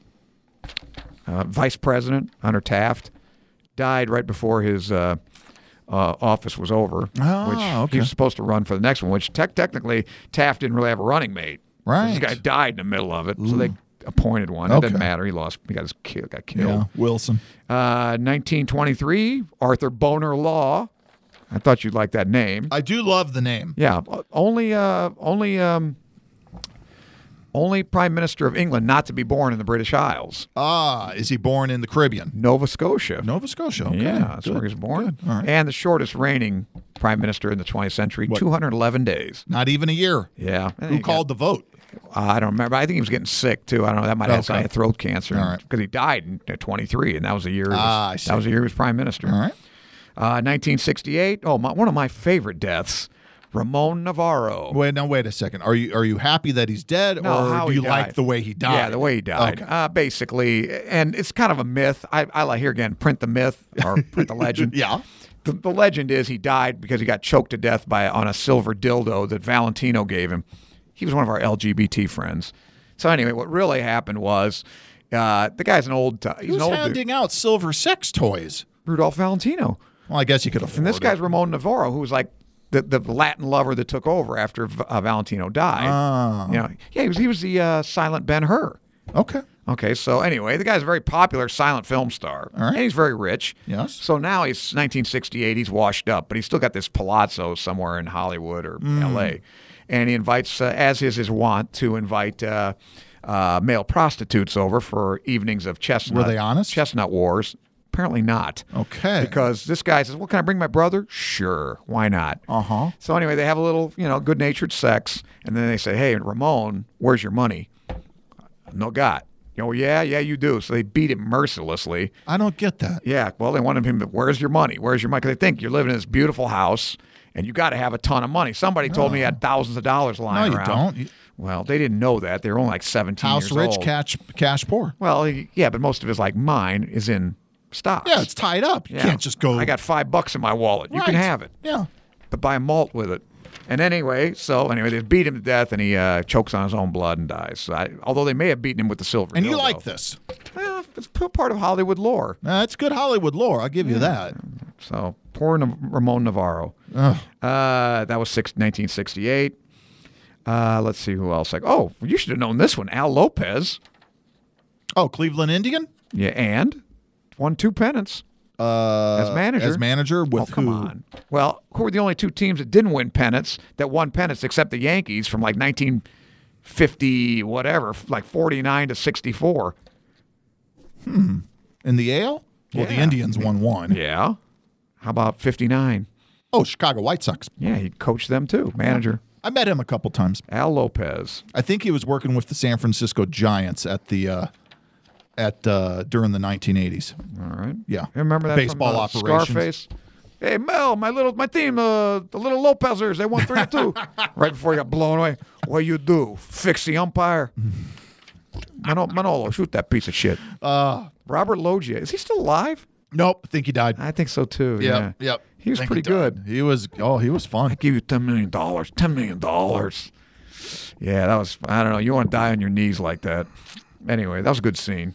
S4: uh, vice president Hunter Taft, died right before his uh, uh, office was over,
S3: Ah,
S4: which
S3: okay.
S4: he was supposed to run for the next one. Which tech technically Taft didn't really have a running mate.
S3: Right.
S4: this guy died in the middle of it, so they appointed one. It
S3: Okay.
S4: didn't matter. He lost. He got his kill, got killed.
S3: Yeah, Wilson.
S4: Uh, 1923, Arthur Boner Law. I thought you'd like that name.
S3: I do love the name.
S4: Yeah, o- only uh, only um, only Prime Minister of England not to be born in the British Isles,
S3: Ah, is he born in the Caribbean?
S4: Nova Scotia.
S3: Nova Scotia. Okay.
S4: yeah, that's
S3: good,
S4: where he was born,
S3: good. All right.
S4: and the shortest reigning Prime Minister in the 20th century, 211 days.
S3: Not even a year.
S4: Yeah, And
S3: Who
S4: he got-
S3: called the vote?
S4: I don't remember. I think he was getting sick too. I don't know. That might have
S3: Okay.
S4: had throat cancer
S3: All right.
S4: because he died in, at 23, and that was the year. he was-
S3: Ah, I see.
S4: That was the year he was prime minister.
S3: All right.
S4: Uh, 1968. Oh, my, one of my favorite deaths, Ramon Navarro.
S3: Wait, now wait a second. Are you are you happy that he's dead,
S4: No,
S3: or
S4: how
S3: do
S4: he
S3: you
S4: died.
S3: like the way he died?
S4: Yeah, the way he died.
S3: Okay.
S4: Uh, basically, and it's kind of a myth. I, I like here again, print the myth or print the legend.
S3: Yeah.
S4: The, the legend is he died because he got choked to death by on a silver dildo that Valentino gave him. He was one of our LGBT friends. So anyway, what really happened was uh, the guy's an old t- he's
S3: Who's
S4: an old
S3: handing
S4: dude,
S3: out silver sex toys?
S4: Rudolph Valentino.
S3: Well, I guess you could afford
S4: And this
S3: it.
S4: guy's Ramon Navarro, who was like the, the Latin lover that took over after V- uh, Valentino
S3: Ah.
S4: died. You know, yeah, he was he was the uh, silent Ben Hur.
S3: Okay.
S4: Okay, so anyway, the guy's a very popular silent film star.
S3: All right.
S4: And he's very rich.
S3: Yes.
S4: So now he's 1968, he's washed up, but he's still got this palazzo somewhere in Hollywood or
S3: Mm.
S4: LA. And he invites, uh, as is his wont, to invite uh, uh, male prostitutes over for evenings of chestnut.
S3: Were they honest?
S4: Chestnut wars. Apparently not.
S3: Okay.
S4: Because this guy says, Well, can I bring my brother? Sure. Why not? Uh
S3: Uh-huh.
S4: huh. So anyway, they have a little, you know, good natured sex. And then they say, Hey, Ramon, where's your money? no got. Oh yeah, yeah, you do. So they beat him mercilessly.
S3: I don't get that.
S4: Yeah, well, they wanted him. To, Where's your money? Where's your money? 'Cause they think you're living in this beautiful house and you got to have a ton of money. Somebody told me he had thousands of dollars lying
S3: No, you
S4: around.
S3: don't. You-
S4: Well, they didn't know that. They were only like 17
S3: House
S4: years
S3: rich,
S4: old.
S3: cash cash poor.
S4: Well, he- yeah, but most of his like mine is in stocks.
S3: Yeah, it's tied up. You
S4: Yeah.
S3: can't just go.
S4: I got five bucks in my wallet. You can
S3: Right.
S4: have it
S3: Yeah.
S4: but buy malt with it. And anyway, so anyway, they beat him to death, and he uh, chokes on his own blood and dies. So I, although they may have beaten him with the silver.
S3: And you
S4: dildo.
S3: like this?
S4: Well, it's p- part of Hollywood lore.
S3: Uh, That's good Hollywood lore. I'll give you that.
S4: So poor Nav- Ramon Navarro. Uh, that was six, 1968. Uh, let's see who else. Like, oh, you should have known this one, Al Lopez.
S3: Oh, Cleveland Indian
S4: Yeah, and won two pennants
S3: uh,
S4: as manager.
S3: As manager with
S4: oh, come
S3: who?
S4: on. Well, who were the only two teams that didn't win pennants that won pennants except the Yankees from like 1950 whatever, f- like 49 to 64.
S3: In the Ale? Well, the
S4: Yeah.
S3: Indians won one.
S4: Yeah. How about 59?
S3: Oh, Chicago White Sox.
S4: Yeah, he coached them too, manager
S3: I met him a couple times.
S4: Al Lopez.
S3: I think he was working with the San Francisco Giants at the uh, at uh, during the 1980s.
S4: All right.
S3: Yeah.
S4: I remember that
S3: Baseball
S4: from, uh,
S3: operations.
S4: Scarface. Hey Mel, my little my team, uh, the little Lopezers, they won three to two. right before he got blown away. What you do? Fix the umpire. Manolo, Manolo shoot that piece of shit. Uh, Robert Loggia, is he still alive?
S3: Nope, I think he died.
S4: I think so too.
S3: Yep,
S4: Ah, yeah.
S3: yep.
S4: He was
S3: Think
S4: pretty
S3: died.
S4: good.
S3: He was. Oh, he was fun.
S4: Give you ten million dollars. Ten million dollars. Yeah, that was. I don't know. You want to die on your knees like that? Anyway, that was a good scene.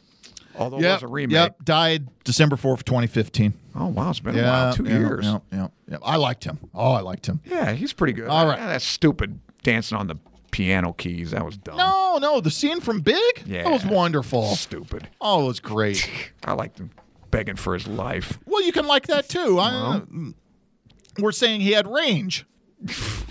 S4: Although it was a remake.
S3: Yep, died December fourth, 2015.
S4: Oh wow, it's been
S3: Yeah,
S4: a while. Two
S3: yeah,
S4: years.
S3: Yeah, yeah, yeah. I liked him. Oh, I liked him.
S4: Yeah, he's pretty good.
S3: All right.
S4: Yeah, that stupid dancing on the piano keys. That was dumb.
S3: No, no, the scene from Big.
S4: Yeah.
S3: that was wonderful.
S4: Stupid.
S3: Oh, it was great.
S4: I liked him begging for his life.
S3: Well, you can like that too. I, uh, we're saying he had range.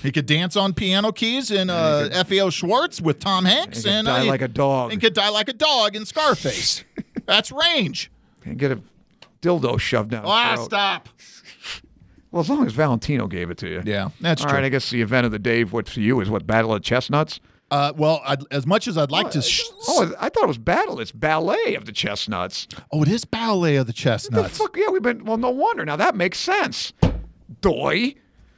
S3: he could dance on piano keys in uh, FAO Schwartz with Tom Hanks,
S4: he could
S3: and
S4: die
S3: uh,
S4: like a dog.
S3: and could die like a dog in Scarface. That's range.
S4: And get a dildo shoved down. his
S3: Ah,
S4: throat.
S3: stop.
S4: Well, as long as Valentino gave it to you.
S3: Yeah, that's
S4: All
S3: true.
S4: right, I guess the event of the day, what for you is what Battle of Chestnuts.
S3: Uh, well, I'd, as much as I'd like to. Sh-
S4: Oh, I thought it was battle. It's ballet of the chestnuts.
S3: oh, it is ballet of the
S4: The
S3: chestnuts.
S4: fuck? Yeah, we've been. Well, no wonder. Now that makes sense. Doi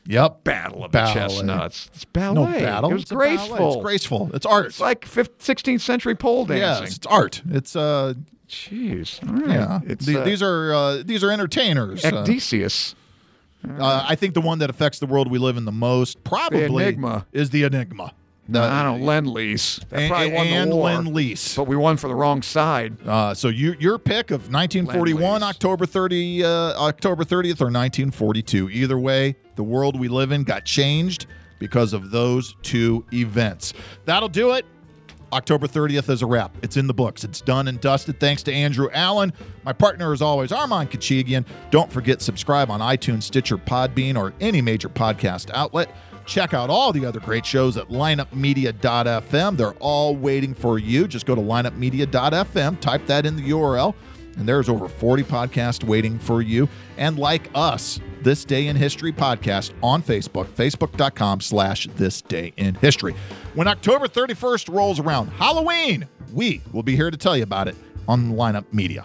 S3: Yep.
S4: battle of
S3: Ballet.
S4: the chestnuts. It's ballet.
S3: No battle.
S4: It was
S3: It's a ballet.
S4: graceful.
S3: It's graceful. It's art.
S4: It's like 15th, 16th century pole dancing.
S3: yes, it's art. It's uh,
S4: Jeez. All right.
S3: yeah.
S4: It's,
S3: The-
S4: uh,
S3: these are uh, these are entertainers. uh,
S4: Ecdesius.
S3: Uh, I think the one that affects the world we live in the most probably
S4: Enigma.
S3: is the Enigma. The-
S4: I don't lend lease. That
S3: and,
S4: probably won the
S3: and
S4: war, Oh.
S3: Lend Lease.
S4: But we won for the wrong side.
S3: Uh, so you, your pick of 1941,
S4: Lend-Lease.
S3: October 30, uh, October 30th, or 1942. Either way, the world we live in got changed because of those two events. That'll do it. October 30th is a wrap. It's in the books. It's done and dusted. Thanks to Andrew Allen. My partner, as always, Armand Kachigian. Don't forget, subscribe on iTunes, Stitcher, Podbean, or any major podcast outlet. Check out all the other great shows at lineupmedia.fm. They're all waiting for you. Just go to lineupmedia.fm, type that in the URL, and there's over 40 podcasts waiting for you. And like us, This Day in History podcast on Facebook, facebook.com slash This Day in History. When October 31st rolls around, Halloween, we will be here to tell you about it on Lineup Media.